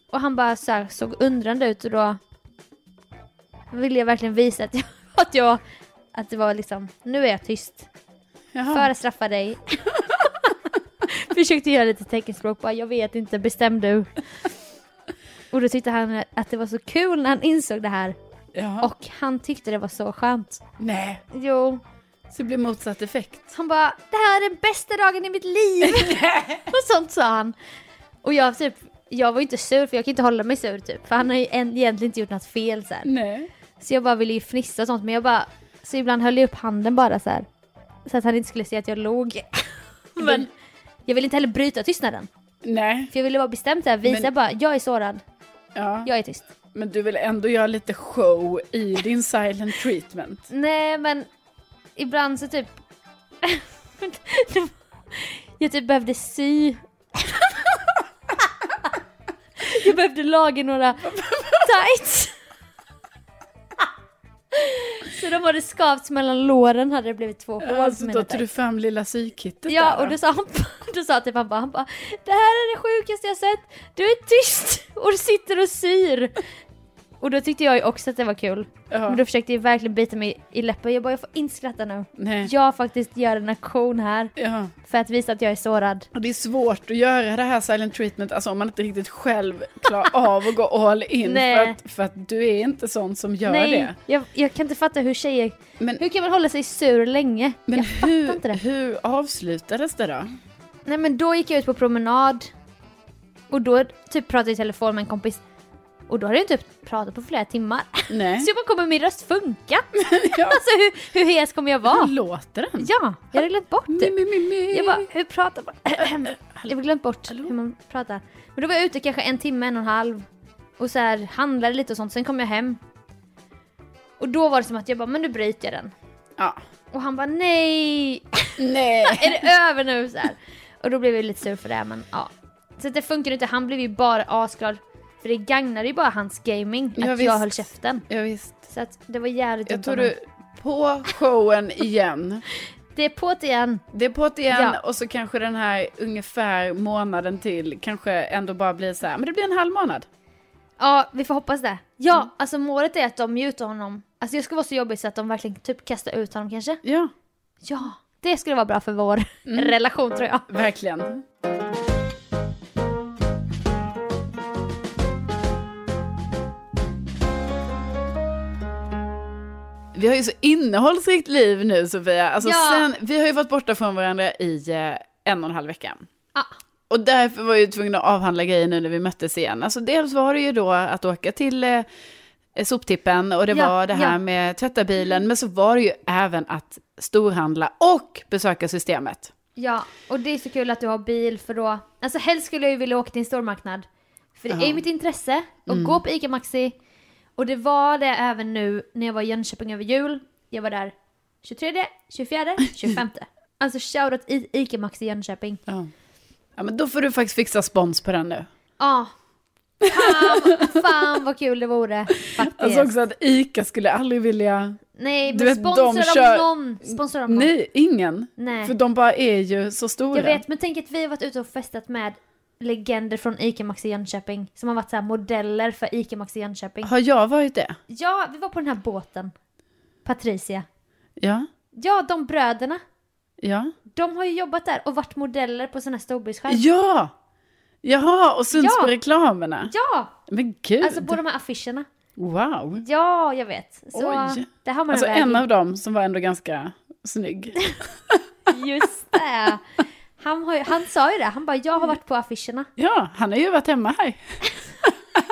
Speaker 3: och han bara så här, såg undrande ut och då ville jag verkligen visa att jag, <laughs> att jag att det var liksom, nu är jag tyst.
Speaker 2: Jaha.
Speaker 3: För att straffa dig. <laughs> Försökte göra lite teckenspråk, bara jag vet inte, bestäm du. Och då tyckte han att det var så kul när han insåg det här.
Speaker 2: ja.
Speaker 3: Och han tyckte det var så skönt.
Speaker 2: Nej.
Speaker 3: Jo,
Speaker 2: Så det blir motsatt effekt.
Speaker 3: han bara “Det här är den bästa dagen i mitt liv” och sånt sa han. Och jag typ, jag var ju inte sur för jag kan inte hålla mig sur typ för han har ju en, egentligen inte gjort något fel så här.
Speaker 2: Nej.
Speaker 3: Så jag bara ville ju fnissa och sånt men jag bara, så ibland höll jag upp handen bara så här. Så att han inte skulle se att jag låg. men jag ville inte heller bryta tystnaden.
Speaker 2: Nej.
Speaker 3: För jag ville vara bestämd där, visa
Speaker 2: Men-
Speaker 3: bara “Jag är sårad,
Speaker 2: Ja.
Speaker 3: jag är tyst”.
Speaker 2: Men du vill ändå göra lite show i din silent treatment.
Speaker 3: Nej men ibland så typ <laughs> Jag typ behövde sy Jag behövde laga några tights Så då var det skavt mellan låren hade det blivit två hål
Speaker 2: Alltså,
Speaker 3: på
Speaker 2: då
Speaker 3: mina
Speaker 2: tar du
Speaker 3: tights
Speaker 2: fram lilla psykkittet
Speaker 3: Ja
Speaker 2: där,
Speaker 3: och då sa han, då sa typ han bara, han bara <laughs> Det här är det sjukaste jag sett Du är tyst och du sitter och syr Och då tyckte jag ju också att det var kul.
Speaker 2: Ja.
Speaker 3: Men då försökte jag verkligen bita mig i läppen. Jag bara, jag får inte skratta nu.
Speaker 2: Nej.
Speaker 3: Jag faktiskt gör en aktion här
Speaker 2: Ja.
Speaker 3: för att visa att jag är sårad.
Speaker 2: Och det är svårt att göra det här silent treatment, alltså om man inte riktigt själv klarar av att gå all in. För
Speaker 3: <laughs> Nej.
Speaker 2: att, för att du är inte sån som gör det.
Speaker 3: jag, jag kan inte fatta hur tjejer...
Speaker 2: Men,
Speaker 3: Hur kan man hålla sig sur länge?
Speaker 2: men
Speaker 3: jag fattar
Speaker 2: hur,
Speaker 3: inte det.
Speaker 2: hur avslutades det då?
Speaker 3: Nej men då gick jag ut på promenad. Och då typ pratade jag i telefon med en kompis. Och då hade jag inte pratat på flera timmar. <laughs>
Speaker 2: Nej.
Speaker 3: Så jag bara, kommer min röst funka?
Speaker 2: <laughs> Ja.
Speaker 3: Alltså hur, hur hes kommer jag
Speaker 2: Hur
Speaker 3: vara? Mm.
Speaker 2: låter den?
Speaker 3: Ja, jag hade glömt bort
Speaker 2: Mi,
Speaker 3: det.
Speaker 2: mi, mi, mi.
Speaker 3: Jag bara, hur pratar man? Jag har glömt bort hur man pratar. Men då var jag ute kanske en timme, en och en halv. Och så här handlade lite och sånt. Sen kom jag hem. Och då var det som att jag bara, men nu bryter jag den.
Speaker 2: Ja.
Speaker 3: Och han bara, nej! <laughs>
Speaker 2: Nej.
Speaker 3: Är det över nu? Så här. Och då blev jag lite sur för det, men ja. Så att det funkar inte. Han blev ju bara asglad. För det gagnade ju bara hans gaming
Speaker 2: Ja,
Speaker 3: att jag
Speaker 2: visst.
Speaker 3: höll käften.
Speaker 2: Ja, visst.
Speaker 3: Så att det var jävligt
Speaker 2: Jag
Speaker 3: dumt
Speaker 2: tror
Speaker 3: av mig.
Speaker 2: du, på showen igen.
Speaker 3: Det är på't igen.
Speaker 2: Det är på ett igen
Speaker 3: Ja.
Speaker 2: och så kanske den här ungefär månaden till kanske ändå bara blir så här, men det blir en halv månad.
Speaker 3: Ja, vi får hoppas det. Ja, alltså målet är att de mutar honom. Alltså jag ska vara så jobbig så att de verkligen typ kastar ut honom kanske.
Speaker 2: Ja,
Speaker 3: Ja, Mm. det skulle vara bra för vår <laughs> relation tror jag.
Speaker 2: verkligen. Vi har ju så innehållsrikt liv nu Sofia. Alltså
Speaker 3: Ja.
Speaker 2: sen, vi har ju varit borta från varandra i eh, en och en halv vecka.
Speaker 3: Ja.
Speaker 2: Och därför var jag ju tvungen att avhandla grejer nu när vi möttes igen. Alltså dels var det ju då att åka till eh, soptippen och det
Speaker 3: Ja,
Speaker 2: var det här
Speaker 3: ja.
Speaker 2: med tvätta bilen. Men så var det ju även att storhandla och besöka systemet.
Speaker 3: Ja, och det är så kul att du har bil för då... Alltså helst skulle jag ju vilja åka till en stormarknad. För det är ju mitt intresse att gå på ICA Maxi. Och det var det även nu när jag var i Jönköping över jul. Jag var där 23, <laughs> 24, 25. alltså shoutout i ICA Maxi Jönköping.
Speaker 2: Ja. men då får du faktiskt fixa spons på den nu.
Speaker 3: Ja. Fan, fan vad kul det vore faktiskt.
Speaker 2: Alltså också att ICA skulle aldrig vilja...
Speaker 3: Nej,
Speaker 2: du
Speaker 3: men
Speaker 2: vet,
Speaker 3: sponsrar
Speaker 2: de
Speaker 3: de
Speaker 2: kör-
Speaker 3: någon? Sponsrar de någon?
Speaker 2: Nej, ingen.
Speaker 3: Mm. Nej.
Speaker 2: För de bara är ju så stora.
Speaker 3: Jag vet, men tänk att vi har varit ute och festat med legender från ICA Maxi Jönköping. Som har varit så här modeller för ICA Maxi Jönköping.
Speaker 2: Har jag varit det?
Speaker 3: Ja, vi var på den här båten. Patricia.
Speaker 2: Ja.
Speaker 3: Ja, de bröderna.
Speaker 2: Ja.
Speaker 3: De har ju jobbat där och varit modeller på såna här storbildsskärm.
Speaker 2: Ja! Jaha, och syns
Speaker 3: Ja.
Speaker 2: på reklamerna.
Speaker 3: Ja!
Speaker 2: Men gud.
Speaker 3: Alltså på de här affischerna.
Speaker 2: Wow.
Speaker 3: Ja, jag vet. Så
Speaker 2: Oj.
Speaker 3: det har man
Speaker 2: Alltså
Speaker 3: väg
Speaker 2: en
Speaker 3: in.
Speaker 2: av dem som var ändå ganska snygg.
Speaker 3: Just det. Han, har ju, han sa ju det, han bara jag har varit på affischerna.
Speaker 2: Ja, han har ju varit hemma här.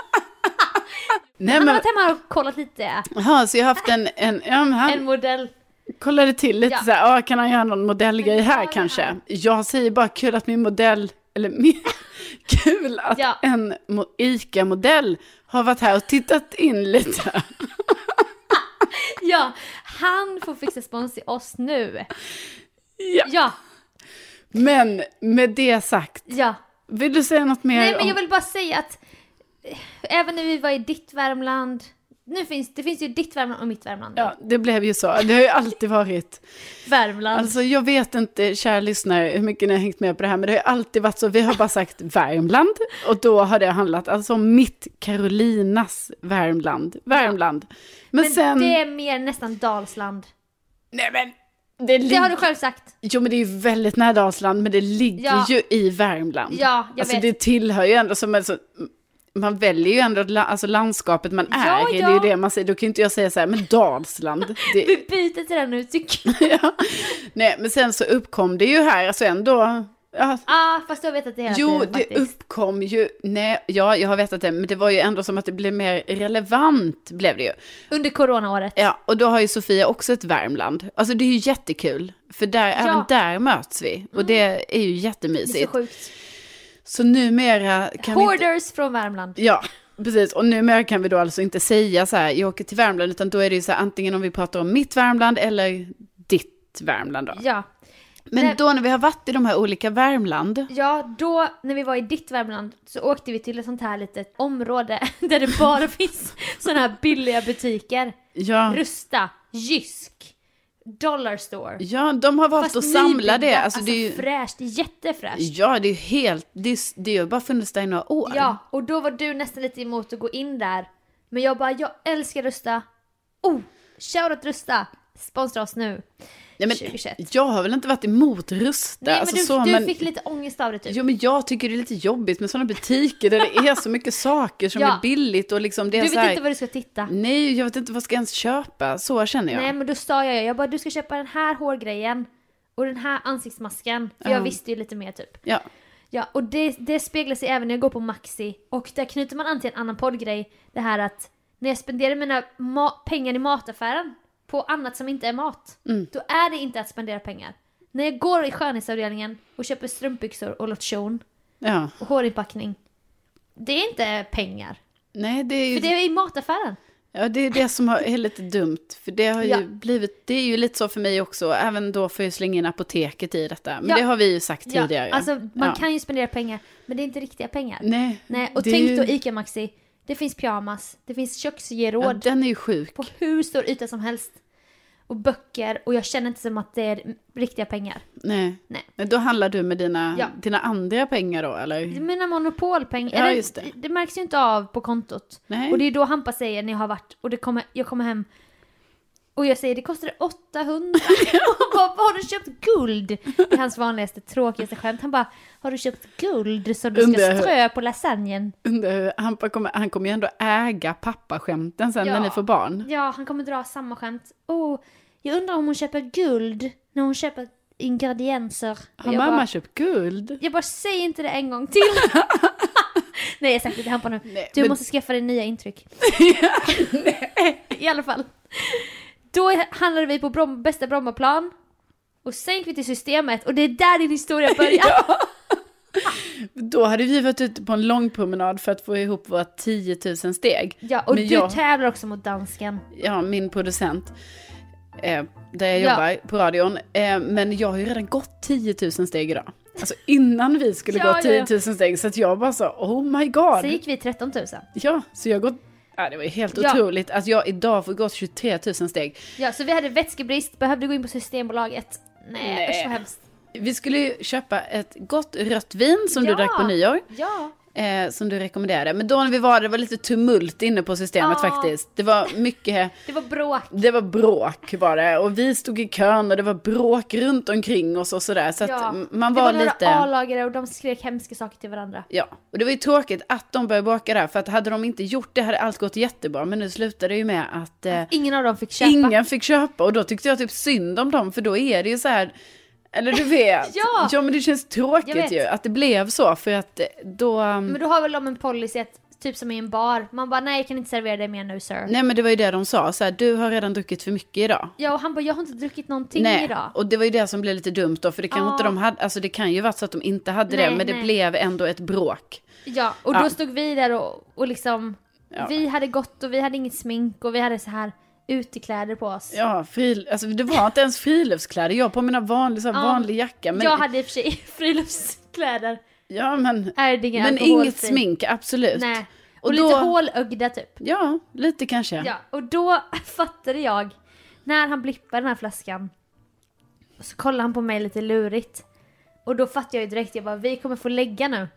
Speaker 3: <laughs>
Speaker 2: Nej
Speaker 3: Han
Speaker 2: men,
Speaker 3: har varit hemma och kollat lite.
Speaker 2: aha, så jag har haft en, en ja men han
Speaker 3: En modell.
Speaker 2: kollade till lite
Speaker 3: Ja.
Speaker 2: så här, ah, kan han göra någon modellgrej här
Speaker 3: Ja,
Speaker 2: kanske?
Speaker 3: ja.
Speaker 2: Jag säger bara kul att min modell, eller
Speaker 3: <laughs>
Speaker 2: min, kul att
Speaker 3: Ja.
Speaker 2: en mo- ICA-modell har varit här och tittat in lite.
Speaker 3: Ja, han får fixa spons i oss nu.
Speaker 2: Ja.
Speaker 3: Ja,
Speaker 2: Men med det sagt,
Speaker 3: ja.
Speaker 2: vill du säga något mer
Speaker 3: Nej men
Speaker 2: om-
Speaker 3: jag vill bara säga att eh, även när vi var i ditt Värmland, nu finns det finns ju ditt Värmland och mitt Värmland.
Speaker 2: Ja, det blev ju så. Det har ju alltid varit.
Speaker 3: Värmland.
Speaker 2: Alltså jag vet inte, kära lyssnare, hur mycket ni har hängt med på det här, men det har ju alltid varit så. Vi har bara sagt Värmland och då har det handlat alltså om mitt Carolinas Värmland. Värmland. Men,
Speaker 3: men
Speaker 2: sen...
Speaker 3: det är mer nästan Dalsland.
Speaker 2: Nej men! Det,
Speaker 3: Det
Speaker 2: lig...
Speaker 3: har du själv sagt.
Speaker 2: Jo men det är ju väldigt nära Dalsland, men det ligger
Speaker 3: Ja.
Speaker 2: ju i Värmland.
Speaker 3: Ja, jag
Speaker 2: alltså
Speaker 3: vet.
Speaker 2: det tillhör ju ändå som... Alltså, man väljer ju ändå la- alltså, landskapet man är
Speaker 3: Ja,
Speaker 2: i. Det är
Speaker 3: ja.
Speaker 2: ju det man säger. Då kan ju inte jag säga så här, men Dalsland. Det,
Speaker 3: <laughs>
Speaker 2: <laughs>
Speaker 3: Vi byter till den nu tycker jag.
Speaker 2: ja. Nej, men sen så uppkom det ju här, alltså ändå... Ja,
Speaker 3: Ah, fast jag vet att det hela
Speaker 2: jo,
Speaker 3: tiden
Speaker 2: det
Speaker 3: faktiskt.
Speaker 2: uppkom ju... Nej, ja, jag har vetat det, men det var ju ändå som att det blev mer relevant, blev det ju.
Speaker 3: Under coronaåret.
Speaker 2: Ja, och då har ju Sofia också ett Värmland. Alltså det är ju jättekul, för där, även där möts vi. Och det är ju
Speaker 3: Mm. Det är
Speaker 2: jättemysigt.
Speaker 3: så sjukt.
Speaker 2: så numera kan vi inte...
Speaker 3: Hoarders från Värmland.
Speaker 2: Ja, precis. Och numera kan vi då alltså inte säga så här, jag åker till Värmland, utan då är det ju så här, antingen om vi pratar om mitt Värmland eller ditt Värmland då.
Speaker 3: Ja.
Speaker 2: Men
Speaker 3: Nej.
Speaker 2: då när vi har varit i de här olika Värmland,
Speaker 3: ja, då när vi var i ditt Värmland så åkte vi till ett sånt här litet område <laughs> där det
Speaker 2: <laughs>
Speaker 3: bara finns såna här billiga butiker.
Speaker 2: ja,
Speaker 3: Rusta, Jysk, Dollar Store.
Speaker 2: ja de har valt att samla det.
Speaker 3: nybyggda,
Speaker 2: Alltså, det är ju,
Speaker 3: fräscht, jättefräscht.
Speaker 2: ja, det är ju helt, det, är, det har ju bara funnits där i några år.
Speaker 3: Ja, och då var du nästan lite emot att gå in där. Men jag bara, jag älskar Rusta. Oh, shoutout Rusta. Sponsra oss nu.
Speaker 2: Nej, men
Speaker 3: 2021.
Speaker 2: jag har väl inte varit emot Rusta.
Speaker 3: Nej, men
Speaker 2: alltså
Speaker 3: du,
Speaker 2: så,
Speaker 3: du
Speaker 2: men-
Speaker 3: fick lite ångest av det typ.
Speaker 2: Jo, men jag tycker det är lite jobbigt med sådana butiker där det är så mycket saker som
Speaker 3: Ja.
Speaker 2: är billigt och liksom det
Speaker 3: du
Speaker 2: är
Speaker 3: vet
Speaker 2: så här,
Speaker 3: inte vad du ska titta.
Speaker 2: Nej, jag vet inte vad ska jag ens köpa. Så känner jag.
Speaker 3: Nej men då sa jag ju, jag bara du ska köpa den här hårgrejen och den här ansiktsmasken. För jag
Speaker 2: Ja.
Speaker 3: visste ju lite mer typ.
Speaker 2: Ja.
Speaker 3: Ja och det, det speglar sig även när jag går på Maxi och där knyter man an till en annan poddgrej. Det här att när jag spenderar mina ma- pengar i mataffären på annat som inte är mat.
Speaker 2: Mm.
Speaker 3: Då är det inte att spendera pengar. När jag går i skönhetsavdelningen och köper strumpbyxor och lotion
Speaker 2: ja.
Speaker 3: och hårinpackning. Det är inte pengar.
Speaker 2: Nej, det är ju
Speaker 3: För det
Speaker 2: det...
Speaker 3: är i mataffären.
Speaker 2: Ja, det, är det som har, är lite dumt. För det har ju
Speaker 3: Ja.
Speaker 2: blivit... Det är ju lite så för mig också. Även då får jag slänga in apoteket i detta. Men
Speaker 3: Ja.
Speaker 2: det har vi ju sagt tidigare.
Speaker 3: Ja, alltså man
Speaker 2: Ja.
Speaker 3: kan ju spendera pengar men det är inte riktiga pengar.
Speaker 2: Nej,
Speaker 3: Nej, och
Speaker 2: det är
Speaker 3: tänk
Speaker 2: ju-
Speaker 3: då ICA Maxi. Det finns pyjamas, det finns
Speaker 2: Ja,
Speaker 3: köksgeråd
Speaker 2: den är ju sjuk.
Speaker 3: på hur stor yta som helst. Och böcker och jag känner inte som att det är riktiga pengar.
Speaker 2: Nej.
Speaker 3: Nej.
Speaker 2: Men då handlar du med dina,
Speaker 3: Ja.
Speaker 2: dina andra pengar då, eller?
Speaker 3: Mina monopolpengar,
Speaker 2: Ja,
Speaker 3: eller,
Speaker 2: just det.
Speaker 3: det märks ju inte av på kontot.
Speaker 2: Nej.
Speaker 3: Och det är då Hampa säger när jag har varit och det kommer, jag kommer hem och jag säger det kostade
Speaker 2: <laughs>
Speaker 3: 800. <laughs> Och bara, "Vad har du köpt guld? Det är hans vanligaste tråkigaste skämt. Han bara, har du köpt guld som du ska
Speaker 2: Undrar hur-
Speaker 3: strö på lasagnen?
Speaker 2: Undrar hur- Han kommer, han kommer ju ändå äga pappaskämten sen när
Speaker 3: Ja.
Speaker 2: ni får barn.
Speaker 3: Ja, han kommer dra samma skämt. Oh, jag undrar om hon köper guld när hon köper ingredienser. Och
Speaker 2: Har
Speaker 3: jag,
Speaker 2: mamma
Speaker 3: bara,
Speaker 2: köpt guld?
Speaker 3: jag bara, säg inte det en gång till.
Speaker 2: <laughs>
Speaker 3: Nej, jag har sagt det till Hampa nu.
Speaker 2: Nej,
Speaker 3: du
Speaker 2: men-
Speaker 3: måste skaffa dig
Speaker 2: <laughs>
Speaker 3: nya intryck. <laughs> I alla fall. Då handlade vi på Brom- bästa Brommaplan. Och sen gick vi till systemet och det är där
Speaker 2: <laughs>
Speaker 3: din historia börjar.
Speaker 2: Då hade vi varit ute på en lång promenad för att få ihop våra 10 000 steg.
Speaker 3: ja, och du
Speaker 2: Men jag,
Speaker 3: tävlar också mot dansken.
Speaker 2: ja, min producent, eh, där jag
Speaker 3: Ja.
Speaker 2: jobbar på radion. Eh, men jag har ju redan gått 10 000 steg idag. Alltså innan vi skulle
Speaker 3: Ja,
Speaker 2: gå
Speaker 3: ja,
Speaker 2: 10
Speaker 3: ja.
Speaker 2: 000 steg. Så att jag bara sa, oh my god.
Speaker 3: Sen gick vi 13 000.
Speaker 2: Ja, så jag har gått... Ja, det var ju helt
Speaker 3: Ja.
Speaker 2: otroligt att jag idag får gå 23 000 steg.
Speaker 3: Ja, så vi hade vätskebrist, behövde gå in på Systembolaget. Nej,
Speaker 2: Nej.
Speaker 3: usch vad hemskt.
Speaker 2: Vi skulle ju köpa ett gott rött vin som du
Speaker 3: Ja.
Speaker 2: drack på nyår.
Speaker 3: Ja.
Speaker 2: Eh, som du rekommenderade. Men då när vi var där, det var lite tumult inne på systemet
Speaker 3: Ja.
Speaker 2: faktiskt. Det var mycket...
Speaker 3: Det var bråk.
Speaker 2: Det var bråk var det. Och vi stod i kön och det var bråk runt omkring oss och sådär. Så att m- man var,
Speaker 3: det var
Speaker 2: lite...
Speaker 3: några A-lagare och de skrek hemska saker till varandra.
Speaker 2: Ja, och det var ju tråkigt att de började bråka där. För att hade de inte gjort det hade allt gått jättebra. Men nu slutade det ju med att... eh,
Speaker 3: Ingen av dem fick köpa.
Speaker 2: Ingen fick köpa och då tyckte jag typ synd om dem för då är det ju så här eller du vet.
Speaker 3: <laughs> Ja.
Speaker 2: men det känns
Speaker 3: Jag
Speaker 2: tråkigt
Speaker 3: vet.
Speaker 2: ju att det blev så för att eh, då...
Speaker 3: Men då har väl de en policy att, typ som i en bar, man bara nej jag kan inte servera dig mer nu sir.
Speaker 2: Nej men det var ju det de sa, så här, du har redan druckit för mycket idag.
Speaker 3: Ja och han bara jag har inte druckit någonting
Speaker 2: nej,
Speaker 3: idag.
Speaker 2: och det var ju det som blev lite dumt då för det kan
Speaker 3: Ja.
Speaker 2: inte de hade, alltså det kan ju varit så att de inte hade det
Speaker 3: Nej,
Speaker 2: men det
Speaker 3: nej.
Speaker 2: blev ändå ett bråk.
Speaker 3: Ja och
Speaker 2: Ja.
Speaker 3: då stod vi där och, och liksom, vi hade gått och vi hade inget smink och vi hade så här utekläder på oss.
Speaker 2: Ja, fril, alltså det var inte ens friluftskläder, jag på mina vanliga, så här,
Speaker 3: Ja.
Speaker 2: vanlig jacka. Men,
Speaker 3: Jag hade i och för sig <laughs> friluftskläder.
Speaker 2: ja, men,
Speaker 3: Är det ingen
Speaker 2: men
Speaker 3: alkoholfri?
Speaker 2: inget smink, absolut.
Speaker 3: Nej. Och,
Speaker 2: Och
Speaker 3: lite
Speaker 2: då-
Speaker 3: hålögda typ.
Speaker 2: Ja, lite kanske.
Speaker 3: Ja, och då <laughs> fattade jag när han blippade den här flaskan. Och så kollade han på mig lite lurigt. Och då fattade jag ju direkt, jag bara vi kommer få lägga nu.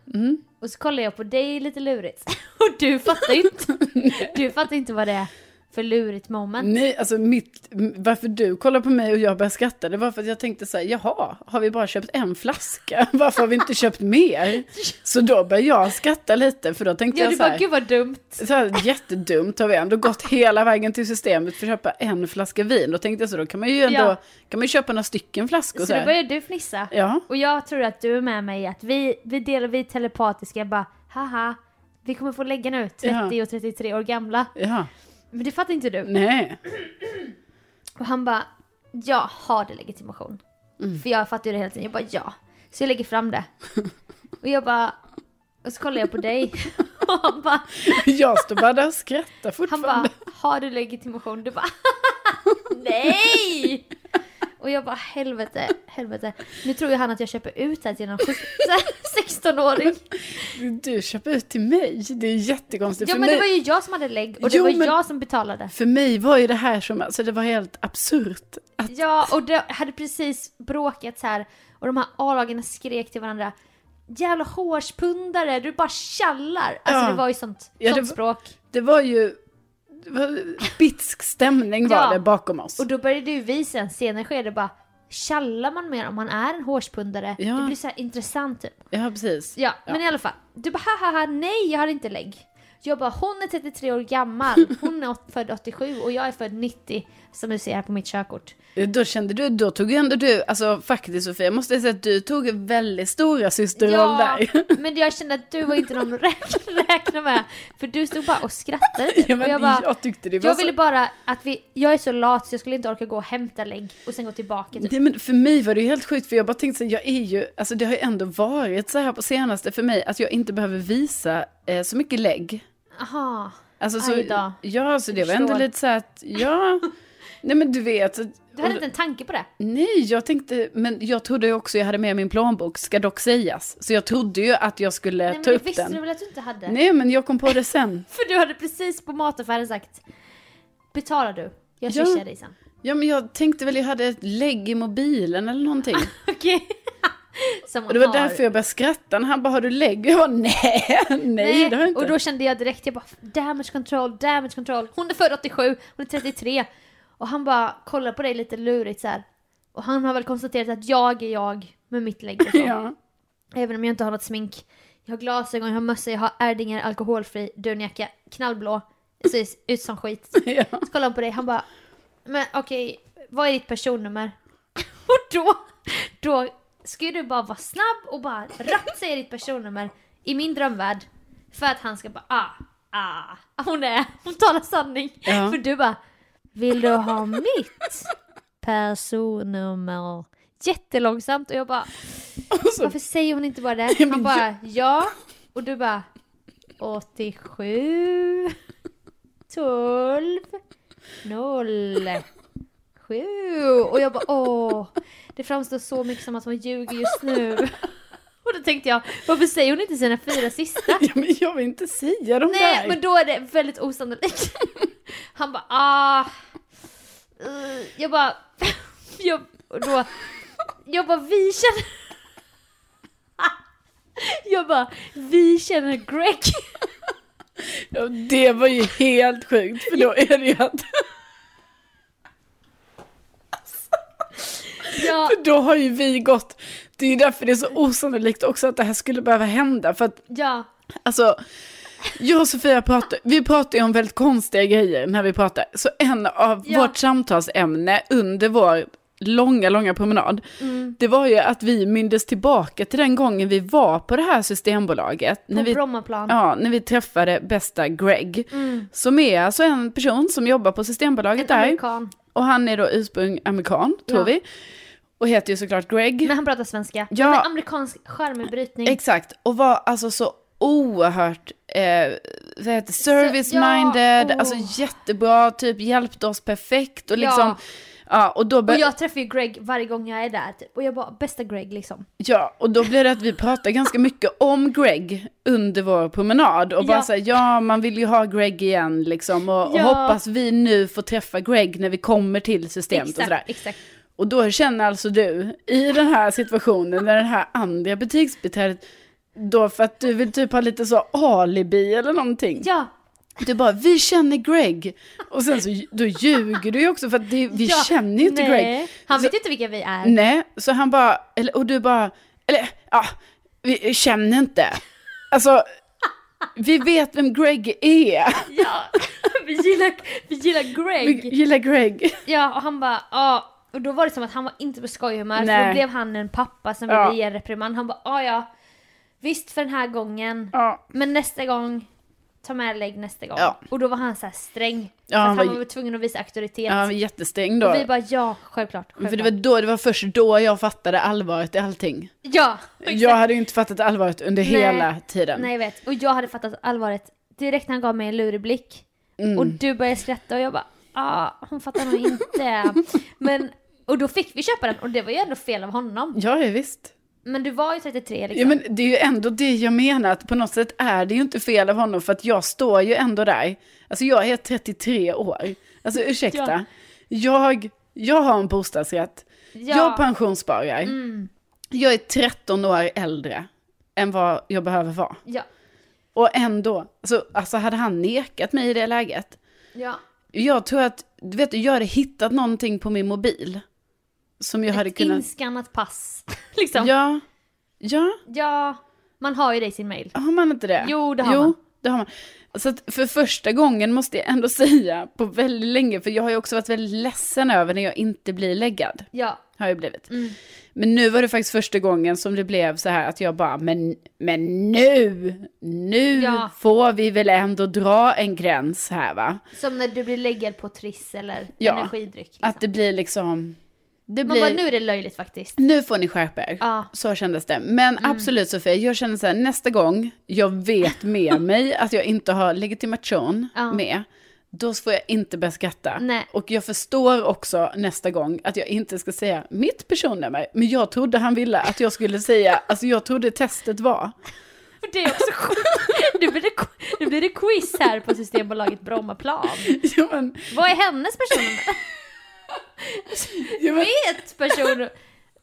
Speaker 3: Och så kollade jag på dig lite lurigt. Mm. <laughs> Och du fattar ju inte. <laughs> Mm. du fattar inte vad det är för lurigt moment.
Speaker 2: Nej, alltså mitt, m- varför du kollar på mig och jag börjar skratta, det var för att jag tänkte så här, jaha, har vi bara köpt en flaska? <laughs> Varför har vi inte köpt
Speaker 3: <laughs>
Speaker 2: mer? Så då började jag skratta lite, för då tänkte
Speaker 3: Ja,
Speaker 2: jag
Speaker 3: du
Speaker 2: så
Speaker 3: bara
Speaker 2: här,
Speaker 3: gud vad dumt.
Speaker 2: så här, jättedumt har vi ändå gått hela vägen till systemet för att köpa en flaska vin. Då tänkte jag så, då kan man ju ändå,
Speaker 3: Ja.
Speaker 2: kan man ju köpa några stycken flaskor
Speaker 3: Så,
Speaker 2: så
Speaker 3: då
Speaker 2: här.
Speaker 3: började du fnissa.
Speaker 2: Ja.
Speaker 3: Och jag tror att du är med mig i att vi, vi delar, vi är telepatiska, bara haha. Vi kommer få lägga nu 30
Speaker 2: Ja.
Speaker 3: och 33 år gamla.
Speaker 2: Ja,
Speaker 3: Men det fattar inte du.
Speaker 2: nej. <laughs>
Speaker 3: Och han bara, jag har det legitimation.
Speaker 2: Mm.
Speaker 3: För jag fattar ju det hela tiden. Jag bara, ja. Så jag lägger
Speaker 2: <laughs>
Speaker 3: fram det. Och jag bara, och så kollar jag på dig. <laughs> Och han bara,
Speaker 2: Jag står bara där och skrattar
Speaker 3: han
Speaker 2: fortfarande.
Speaker 3: bara har du legitimation? Du bara, <laughs> nej! Och jag bara, helvete, helvete. Nu tror ju han att jag köper ut det här till någon <laughs> sjut- så här 16-åring.
Speaker 2: Du köper ut till mig, det är jättekonstigt.
Speaker 3: Ja
Speaker 2: För
Speaker 3: men det
Speaker 2: mig-
Speaker 3: var ju jag som hade lägg och det
Speaker 2: Jo,
Speaker 3: var
Speaker 2: men-
Speaker 3: jag som betalade.
Speaker 2: För mig var ju det här som, alltså det var helt absurt. Att,
Speaker 3: Ja, och det hade precis bråkat så här och de här A-lagarna skrek till varandra. Jävla hårspundare, du bara tjallar! Alltså
Speaker 2: Ja.
Speaker 3: det var ju sånt,
Speaker 2: Ja,
Speaker 3: sånt
Speaker 2: det var-
Speaker 3: språk.
Speaker 2: det var ju bitsk stämning var
Speaker 3: Ja.
Speaker 2: det bakom oss.
Speaker 3: Och då började ju vi sen, senare skede bara tjallar man mer om man är en hårspundare?
Speaker 2: Ja.
Speaker 3: Det blir så här intressant typ.
Speaker 2: Ja, precis.
Speaker 3: Ja,
Speaker 2: Ja.
Speaker 3: men i alla fall. Du bara haha, nej jag har inte lägg. Jag bara hon är 33 år gammal, hon är <laughs> åt- född 87 och jag är född 90 som du ser här på mitt körkort.
Speaker 2: Då kände du, då tog ju ändå du, alltså faktiskt Sofia, jag måste säga att du tog en väldigt stora systerroll där. <laughs>
Speaker 3: men jag kände att du var inte någon att räkna, räkna med. För du stod bara och skrattade. typ.
Speaker 2: Ja, men
Speaker 3: och
Speaker 2: jag,
Speaker 3: jag, bara,
Speaker 2: tyckte det var
Speaker 3: jag
Speaker 2: så...
Speaker 3: ville bara att vi, jag är så lat så jag skulle inte orka gå och hämta lägg och sen gå tillbaka. Typ.
Speaker 2: Nej, men för mig var det ju helt sjukt, för jag bara tänkte så här, jag är ju, alltså det har ju ändå varit så här på senaste för mig, att jag inte behöver visa eh, så mycket lägg.
Speaker 3: Aha.
Speaker 2: Alltså, så,
Speaker 3: Aj då.
Speaker 2: Ja, så det var ändå
Speaker 3: förstår.
Speaker 2: lite så här att,
Speaker 3: <laughs>
Speaker 2: ja, nej men du vet. så-
Speaker 3: Du hade inte en tanke på det?
Speaker 2: Nej, jag tänkte, men jag trodde ju också jag hade med min plånbok, ska dock sägas. Så jag trodde ju att jag skulle
Speaker 3: Nej men
Speaker 2: ta
Speaker 3: det
Speaker 2: upp
Speaker 3: visste
Speaker 2: den.
Speaker 3: du väl att du inte hade?
Speaker 2: Nej, men jag kom på det sen.
Speaker 3: För du hade precis på mataffären sagt Betalar du? Jag
Speaker 2: Ja.
Speaker 3: swishar dig sen. <laughs>
Speaker 2: Ja, men jag tänkte väl jag hade ett lägg i mobilen eller någonting.
Speaker 3: Okej. <laughs> Som
Speaker 2: Och det var därför jag började skratta när han bara, har du lägg? Jag bara, nej, nej, det har jag inte.
Speaker 3: Och då kände jag direkt, jag bara damage control, damage control. Hon är född 87, hon är 33. Och han bara kollar på dig lite lurigt så här. Och han har väl konstaterat att jag är jag med mitt
Speaker 2: <laughs>
Speaker 3: lägg och så.
Speaker 2: Ja.
Speaker 3: Även om jag inte har något smink. Jag har glasögon, jag har mössa, jag har Erdinger alkoholfri dunjacka, knallblå. Jag ser ut som skit.
Speaker 2: <laughs> ja.
Speaker 3: Så kollar han på dig, han bara Men okej, vad är ditt personnummer? <laughs> Och då, då ska ju du bara vara snabb och bara rappt säga ditt personnummer i min drömvärld. För att han ska bara ah, ah, hon är, hon talar sanning.
Speaker 2: Ja.
Speaker 3: För du bara Vill du ha mitt personnummer? Jättelångsamt och jag bara Varför säger hon inte bara det? Han bara ja och du bara 87 12 0 7 Och jag bara åh, det framstår så mycket som att hon ljuger just nu. <laughs> Och då tänkte jag, varför säger hon inte sina fyra sista?
Speaker 2: ja, men jag vill inte säga de
Speaker 3: Nej,
Speaker 2: där.
Speaker 3: men då är det väldigt osannolikt. <laughs> Han bara ah. Eh, Jag bara, <laughs> jag, och då, jag bara vi känner <laughs> Jag bara, vi känner Greg. <laughs>
Speaker 2: Ja, det var ju helt sjukt, för då är det ju att,
Speaker 3: Ja,
Speaker 2: för då har ju vi gått, det är ju därför det är så osannolikt också att det här skulle behöva hända, för att
Speaker 3: ja.
Speaker 2: Alltså, jag och Sofia pratar, vi pratar ju om väldigt konstiga grejer när vi pratar. Så en av
Speaker 3: Ja.
Speaker 2: vårt samtalsämne under vår långa, långa promenad,
Speaker 3: Mm.
Speaker 2: det var ju att vi mindes tillbaka till den gången vi var på det här Systembolaget.
Speaker 3: På
Speaker 2: när vi,
Speaker 3: Brommaplan.
Speaker 2: ja, när vi träffade bästa Greg,
Speaker 3: Mm.
Speaker 2: som är alltså en person som jobbar på Systembolaget
Speaker 3: En
Speaker 2: där.
Speaker 3: amerikan.
Speaker 2: Och han är då ursprung amerikan, tror
Speaker 3: Ja.
Speaker 2: vi. Och heter ju såklart Greg.
Speaker 3: Men han pratar svenska.
Speaker 2: Ja.
Speaker 3: Han är amerikansk charmbrytning.
Speaker 2: Exakt, och var alltså så oerhört eh, vad heter, service-minded,
Speaker 3: ja, åh.
Speaker 2: alltså jättebra, typ hjälpte oss perfekt och liksom, ja,
Speaker 3: Ja.
Speaker 2: och, då
Speaker 3: och
Speaker 2: bör,
Speaker 3: jag träffar ju Greg varje gång jag är där typ. Och jag bara, bästa Greg liksom.
Speaker 2: ja, och då blev det att vi pratade ganska mycket om Greg under vår promenad och bara
Speaker 3: Ja.
Speaker 2: såhär, ja man vill ju ha Greg igen liksom och, och
Speaker 3: Ja.
Speaker 2: hoppas vi nu får träffa Greg när vi kommer till systemet och sådär.
Speaker 3: Exakt, exakt.
Speaker 2: Och då känner alltså du, i den här situationen, när den här andra butiksbiträdet, då för att du vill typ ha lite så alibi eller någonting.
Speaker 3: Ja,
Speaker 2: Du bara, vi känner Greg. Och sen så då ljuger du ju också för att det, vi
Speaker 3: ja.
Speaker 2: känner ju inte
Speaker 3: nej.
Speaker 2: Greg.
Speaker 3: Han
Speaker 2: så,
Speaker 3: vet ju inte vilka vi är.
Speaker 2: Nej, så han bara, eller, och du bara, eller ja, vi känner inte. Alltså, vi vet vem Greg är.
Speaker 3: Ja, <laughs> vi gillar, vi gillar
Speaker 2: Vi
Speaker 3: Greg.
Speaker 2: gillar Greg.
Speaker 3: Ja, och han bara ja. Och då var det som att han var inte på skojhumör, för
Speaker 2: Nej.
Speaker 3: då blev han en pappa som
Speaker 2: Ja.
Speaker 3: ville ge en reprimand. Han bara ja, ja. Visst för den här gången,
Speaker 2: Ja.
Speaker 3: men nästa gång, ta med lägg nästa gång.
Speaker 2: Ja.
Speaker 3: Och då var han så här sträng.
Speaker 2: Ja,
Speaker 3: för
Speaker 2: han var
Speaker 3: att han var,
Speaker 2: ju-
Speaker 3: väl tvungen att visa auktoritet.
Speaker 2: Ja, han var jättestängd då.
Speaker 3: och vi bara ja, självklart. självklart.
Speaker 2: För det var, då, det var först då jag fattade allvaret i allting.
Speaker 3: Ja, exakt.
Speaker 2: Jag hade ju inte fattat allvaret under
Speaker 3: Nej.
Speaker 2: hela tiden.
Speaker 3: Nej jag vet, och jag hade fattat allvaret direkt när han gav mig en lurig blick.
Speaker 2: Mm.
Speaker 3: Och du började skratta och jag bara ah, hon fattar nog
Speaker 2: <laughs>
Speaker 3: inte. Men, och då fick vi köpa den och det var ju ändå fel av honom.
Speaker 2: Ja, ja, visst.
Speaker 3: Men du var ju 33 liksom.
Speaker 2: Ja, men det är ju ändå det jag menar, att på något sätt är det ju inte fel av honom, för att jag står ju ändå där. Alltså jag är 33 år. Alltså ursäkta, jag, jag har en bostadsrätt,
Speaker 3: Ja. Mm.
Speaker 2: jag pensionssparar, jag är 13 år äldre än vad jag behöver vara.
Speaker 3: ja.
Speaker 2: Och ändå, alltså, alltså hade han nekat mig i det läget,
Speaker 3: Ja.
Speaker 2: Jag tror att, du vet, jag hade hittat någonting på min mobil. Som jag hade
Speaker 3: Ett
Speaker 2: kunnat...
Speaker 3: inskannat pass. <laughs> liksom. ja.
Speaker 2: Ja. Ja,
Speaker 3: man har ju det i sin mail.
Speaker 2: har man inte det?
Speaker 3: Jo, det har
Speaker 2: jo,
Speaker 3: man.
Speaker 2: Det har man. Så att för första gången måste jag ändå <laughs> säga, på väldigt länge, för jag har ju också varit väldigt ledsen över när jag inte blir läggad.
Speaker 3: Ja.
Speaker 2: Har jag blivit.
Speaker 3: Mm.
Speaker 2: Men nu var det faktiskt första gången som det blev så här att jag bara, men, men nu, nu
Speaker 3: Ja.
Speaker 2: får vi väl ändå dra en gräns här va?
Speaker 3: Som när du blir läggad på Triss eller
Speaker 2: Ja.
Speaker 3: energidryck. Liksom.
Speaker 2: Att det blir liksom, det
Speaker 3: man
Speaker 2: blir...
Speaker 3: bara, nu är det löjligt faktiskt. <laughs>
Speaker 2: Nu får ni skärpa er.
Speaker 3: Ja. Mm.
Speaker 2: Så kändes det. Men absolut Sofia, jag känner så här, nästa gång jag vet
Speaker 3: <laughs>
Speaker 2: med mig att jag inte har legitimation
Speaker 3: Ja.
Speaker 2: med, då får jag inte börja skratta.
Speaker 3: Nej.
Speaker 2: Och jag förstår också nästa gång att jag inte ska säga mitt personnummer. Men jag trodde han ville att jag skulle
Speaker 3: <laughs>
Speaker 2: säga, alltså jag trodde testet var. <laughs>
Speaker 3: Det är också sjukt. <laughs> Nu blir, det, nu blir det quiz här på Systembolaget Brommaplan.
Speaker 2: Jo, men,
Speaker 3: Vad är hennes <laughs> personnummer?
Speaker 2: jo, men,
Speaker 3: Vet person...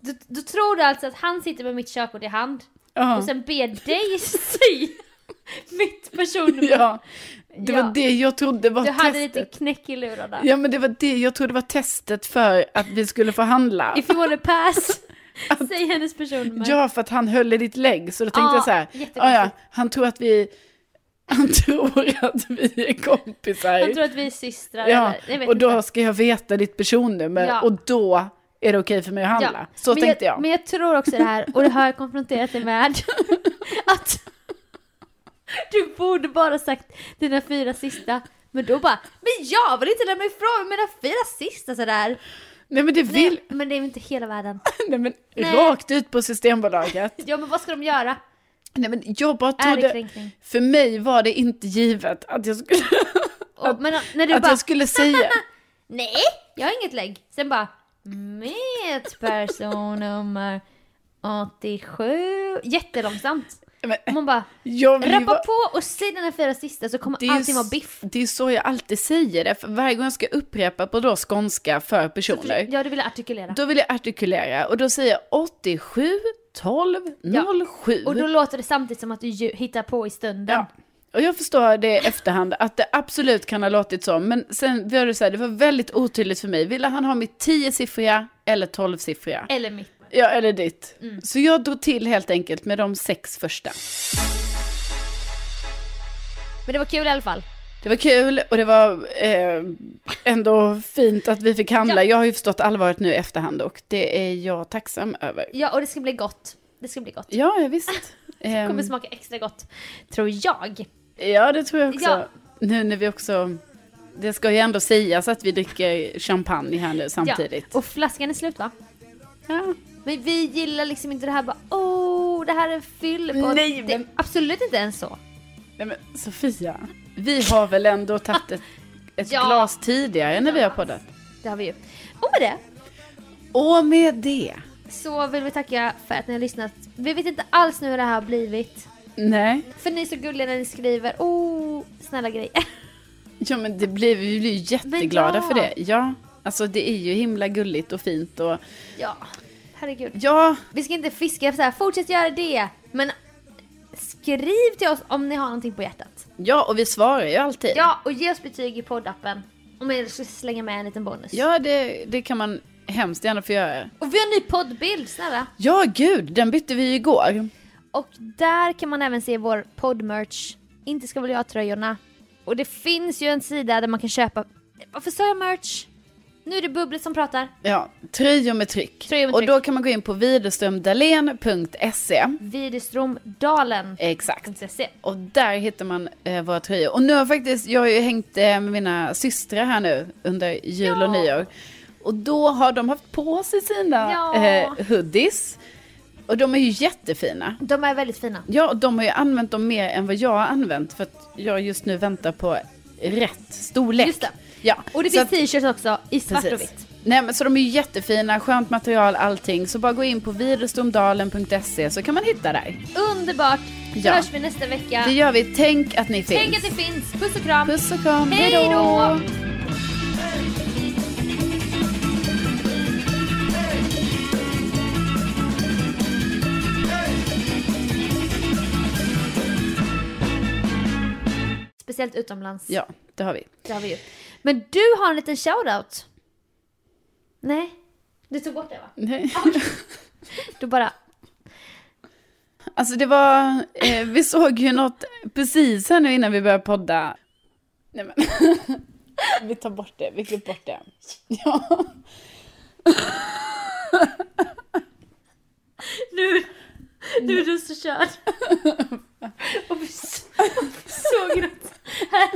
Speaker 3: Du, du tror du alltså att han sitter med mitt körkort i hand
Speaker 2: ja.
Speaker 3: och sen ber dig säga mitt personnummer?
Speaker 2: ja. Det
Speaker 3: Ja.
Speaker 2: var det jag trodde var
Speaker 3: Du hade
Speaker 2: testet.
Speaker 3: lite knäck i lurarna.
Speaker 2: Ja men det var det jag trodde var testet för att vi skulle få handla.
Speaker 3: If you
Speaker 2: <laughs>
Speaker 3: wanna pass, säg hennes personnummer.
Speaker 2: Ja, för att han höll i ditt lägg. Så då tänkte
Speaker 3: Ja,
Speaker 2: jag så här,
Speaker 3: jättekonstigt.
Speaker 2: "Ah, ja, han tror att vi, <laughs> han tror att vi är kompisar.
Speaker 3: Han tror att vi är systrar.
Speaker 2: ja,
Speaker 3: eller, jag vet
Speaker 2: och då
Speaker 3: inte.
Speaker 2: ska jag veta ditt personnummer
Speaker 3: Ja.
Speaker 2: och då är det okej för mig att handla. Så
Speaker 3: men
Speaker 2: tänkte jag.
Speaker 3: Men jag tror också det här, och det har jag konfronterat dig med, <laughs> att du borde bara sagt dina fyra sista, men då bara “men jag vill inte lämna ifrån mig mina fyra sista” sådär.
Speaker 2: Nej men det vill, <laughs> nej,
Speaker 3: Nej, men det är ju inte hela världen.
Speaker 2: men
Speaker 3: Nej.
Speaker 2: rakt ut på
Speaker 3: <laughs>
Speaker 2: Systembolaget.
Speaker 3: Ja men vad ska de göra?
Speaker 2: nej men jag bara trodde,
Speaker 3: Ärekränkning.
Speaker 2: för mig var det inte givet att jag skulle,
Speaker 3: Och, <laughs> men när du
Speaker 2: att
Speaker 3: bara
Speaker 2: jag skulle
Speaker 3: <laughs>
Speaker 2: säga.
Speaker 3: “nej, jag har inget lägg”, sen bara “mitt personnummer 87”, jättelångsamt.
Speaker 2: Men,
Speaker 3: Och
Speaker 2: <laughs>
Speaker 3: man bara
Speaker 2: jag vill ju
Speaker 3: Rappa
Speaker 2: vara-
Speaker 3: på och säg dina fyra sista så kommer
Speaker 2: ju
Speaker 3: allting vara
Speaker 2: s-
Speaker 3: biff.
Speaker 2: Det är så jag alltid säger det, för varje gång jag ska upprepa på då skånska för personer,
Speaker 3: Ja, du ville artikulera.
Speaker 2: då vill jag artikulera och då säger jag 87 12 07.
Speaker 3: Och då låter det samtidigt som att du ju- hittar på i stunden.
Speaker 2: ja. och jag förstår det i efterhand att det absolut kan ha låtit så, men sen var det så här, det var väldigt otydligt för mig. Ville han ha mitt 10-siffriga eller 12-siffriga?
Speaker 3: Eller mitt.
Speaker 2: Ja, eller ditt.
Speaker 3: Mm.
Speaker 2: Så jag drog till helt enkelt med de sex första.
Speaker 3: Men det var kul i alla fall.
Speaker 2: Det var kul och det var eh, ändå fint att vi fick handla.
Speaker 3: Ja.
Speaker 2: Jag har ju förstått allvaret nu i efterhand och det är jag tacksam över.
Speaker 3: Ja, och det ska bli gott. Det ska bli gott.
Speaker 2: Ja, ja, visst.
Speaker 3: Det <laughs> kommer
Speaker 2: Ehm,
Speaker 3: smaka extra gott, tror jag.
Speaker 2: ja, det tror jag också.
Speaker 3: Ja.
Speaker 2: Nu när vi också... Det ska ju ändå sägas att vi dricker champagne här nu samtidigt.
Speaker 3: Ja. Och flaskan är slut va?
Speaker 2: Ja.
Speaker 3: Men vi gillar liksom inte det här bara åh, det här är en fyllebåt.
Speaker 2: Nej,
Speaker 3: Det-
Speaker 2: men-
Speaker 3: Absolut inte ens så.
Speaker 2: Nej, men Sofia, vi har väl ändå tagit ett, ett
Speaker 3: Ja.
Speaker 2: glas tidigare när vi har poddat?
Speaker 3: Det har vi ju. Och med det
Speaker 2: Och med det.
Speaker 3: så vill vi tacka för att ni har lyssnat. Vi vet inte alls nu hur det här har blivit.
Speaker 2: Nej.
Speaker 3: För ni är så gulliga när ni skriver åh, snälla grejer.
Speaker 2: Ja men det blir, vi blir ju jätteglada
Speaker 3: ja.
Speaker 2: för det. Ja. Alltså det är ju himla gulligt och fint och
Speaker 3: <laughs> Ja, herregud.
Speaker 2: ja,
Speaker 3: Vi ska inte fiska efter så här, fortsätt göra det. Men skriv till oss om ni har någonting på hjärtat.
Speaker 2: ja och vi svarar ju alltid.
Speaker 3: Ja, och ge oss betyg i poddappen. Om jag ska slänga med en liten bonus.
Speaker 2: Ja, det, det kan man hemskt gärna få göra.
Speaker 3: Och vi har en ny poddbild, snälla.
Speaker 2: Ja gud, den bytte vi ju igår.
Speaker 3: Och där kan man även se vår poddmerch. Inte ska väl jag tröjorna. Och det finns ju en sida där man kan köpa... Varför sa jag merch? Nu är det Bubblet som pratar.
Speaker 2: Ja, tröjor med tryck.
Speaker 3: Tröjor med
Speaker 2: och
Speaker 3: tryck.
Speaker 2: då kan man gå in på widerströmdalen.se.
Speaker 3: Widerstromdalen.se
Speaker 2: E. Exakt. Och där hittar man eh, våra tröjor. Och nu har faktiskt, jag har ju hängt eh, med mina systrar här nu under jul och nyår. Och då har de haft på sig sina
Speaker 3: Ja.
Speaker 2: eh, hoodies. Och de är ju jättefina.
Speaker 3: De är väldigt fina.
Speaker 2: Ja, och de har ju använt dem mer än vad jag har använt. För att jag just nu väntar på rätt storlek.
Speaker 3: Just det.
Speaker 2: Ja.
Speaker 3: Och det
Speaker 2: så
Speaker 3: finns
Speaker 2: att-
Speaker 3: t-shirts också i svart och
Speaker 2: Precis.
Speaker 3: vitt.
Speaker 2: Nej, men så de är ju jättefina, skönt material, allting. Så bara gå in på widerstromdalen.se så kan man hitta där.
Speaker 3: Underbart! Så
Speaker 2: Ja.
Speaker 3: hörs vi nästa vecka.
Speaker 2: Det gör vi. Tänk att ni finns.
Speaker 3: Tänk att det finns. Puss och kram!
Speaker 2: Puss och kram.
Speaker 3: Hej
Speaker 2: Hej
Speaker 3: då!
Speaker 2: då!
Speaker 3: Speciellt utomlands.
Speaker 2: Ja, det har vi. <laughs>
Speaker 3: Det har vi gjort. Men du har en liten shoutout. Nej, du tog bort det va?
Speaker 2: Nej.
Speaker 3: Du bara...
Speaker 2: Alltså det var, eh, vi såg ju något precis här nu innan vi började podda. Nej men. <laughs> vi tar bort det, vi klipper bort det. <laughs> Ja.
Speaker 3: Nu, nu är du så körd. <laughs> Och vi s- och vi såg något här.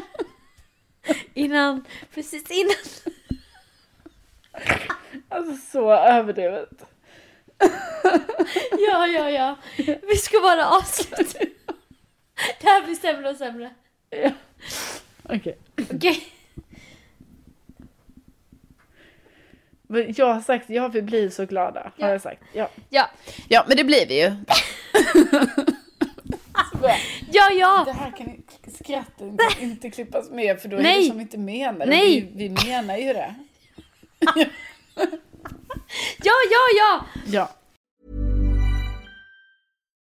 Speaker 3: Innan, precis innan.
Speaker 2: Alltså så överdrivet.
Speaker 3: Ja, ja, ja. Vi ska bara avsluta. Det här blir sämre och sämre.
Speaker 2: Okej.
Speaker 3: Okej.
Speaker 2: Men jag har sagt, ja vi blir så glada. Har
Speaker 3: Ja.
Speaker 2: jag sagt. Ja.
Speaker 3: Ja,
Speaker 2: ja, men det blir vi ju.
Speaker 3: ja, ja.
Speaker 2: Det här kan skratten kan inte klippas med för då är
Speaker 3: Nej.
Speaker 2: det som inte menar.
Speaker 3: Nej.
Speaker 2: Vi, vi menar ju det.
Speaker 3: Ja, ja, ja.
Speaker 2: Ja.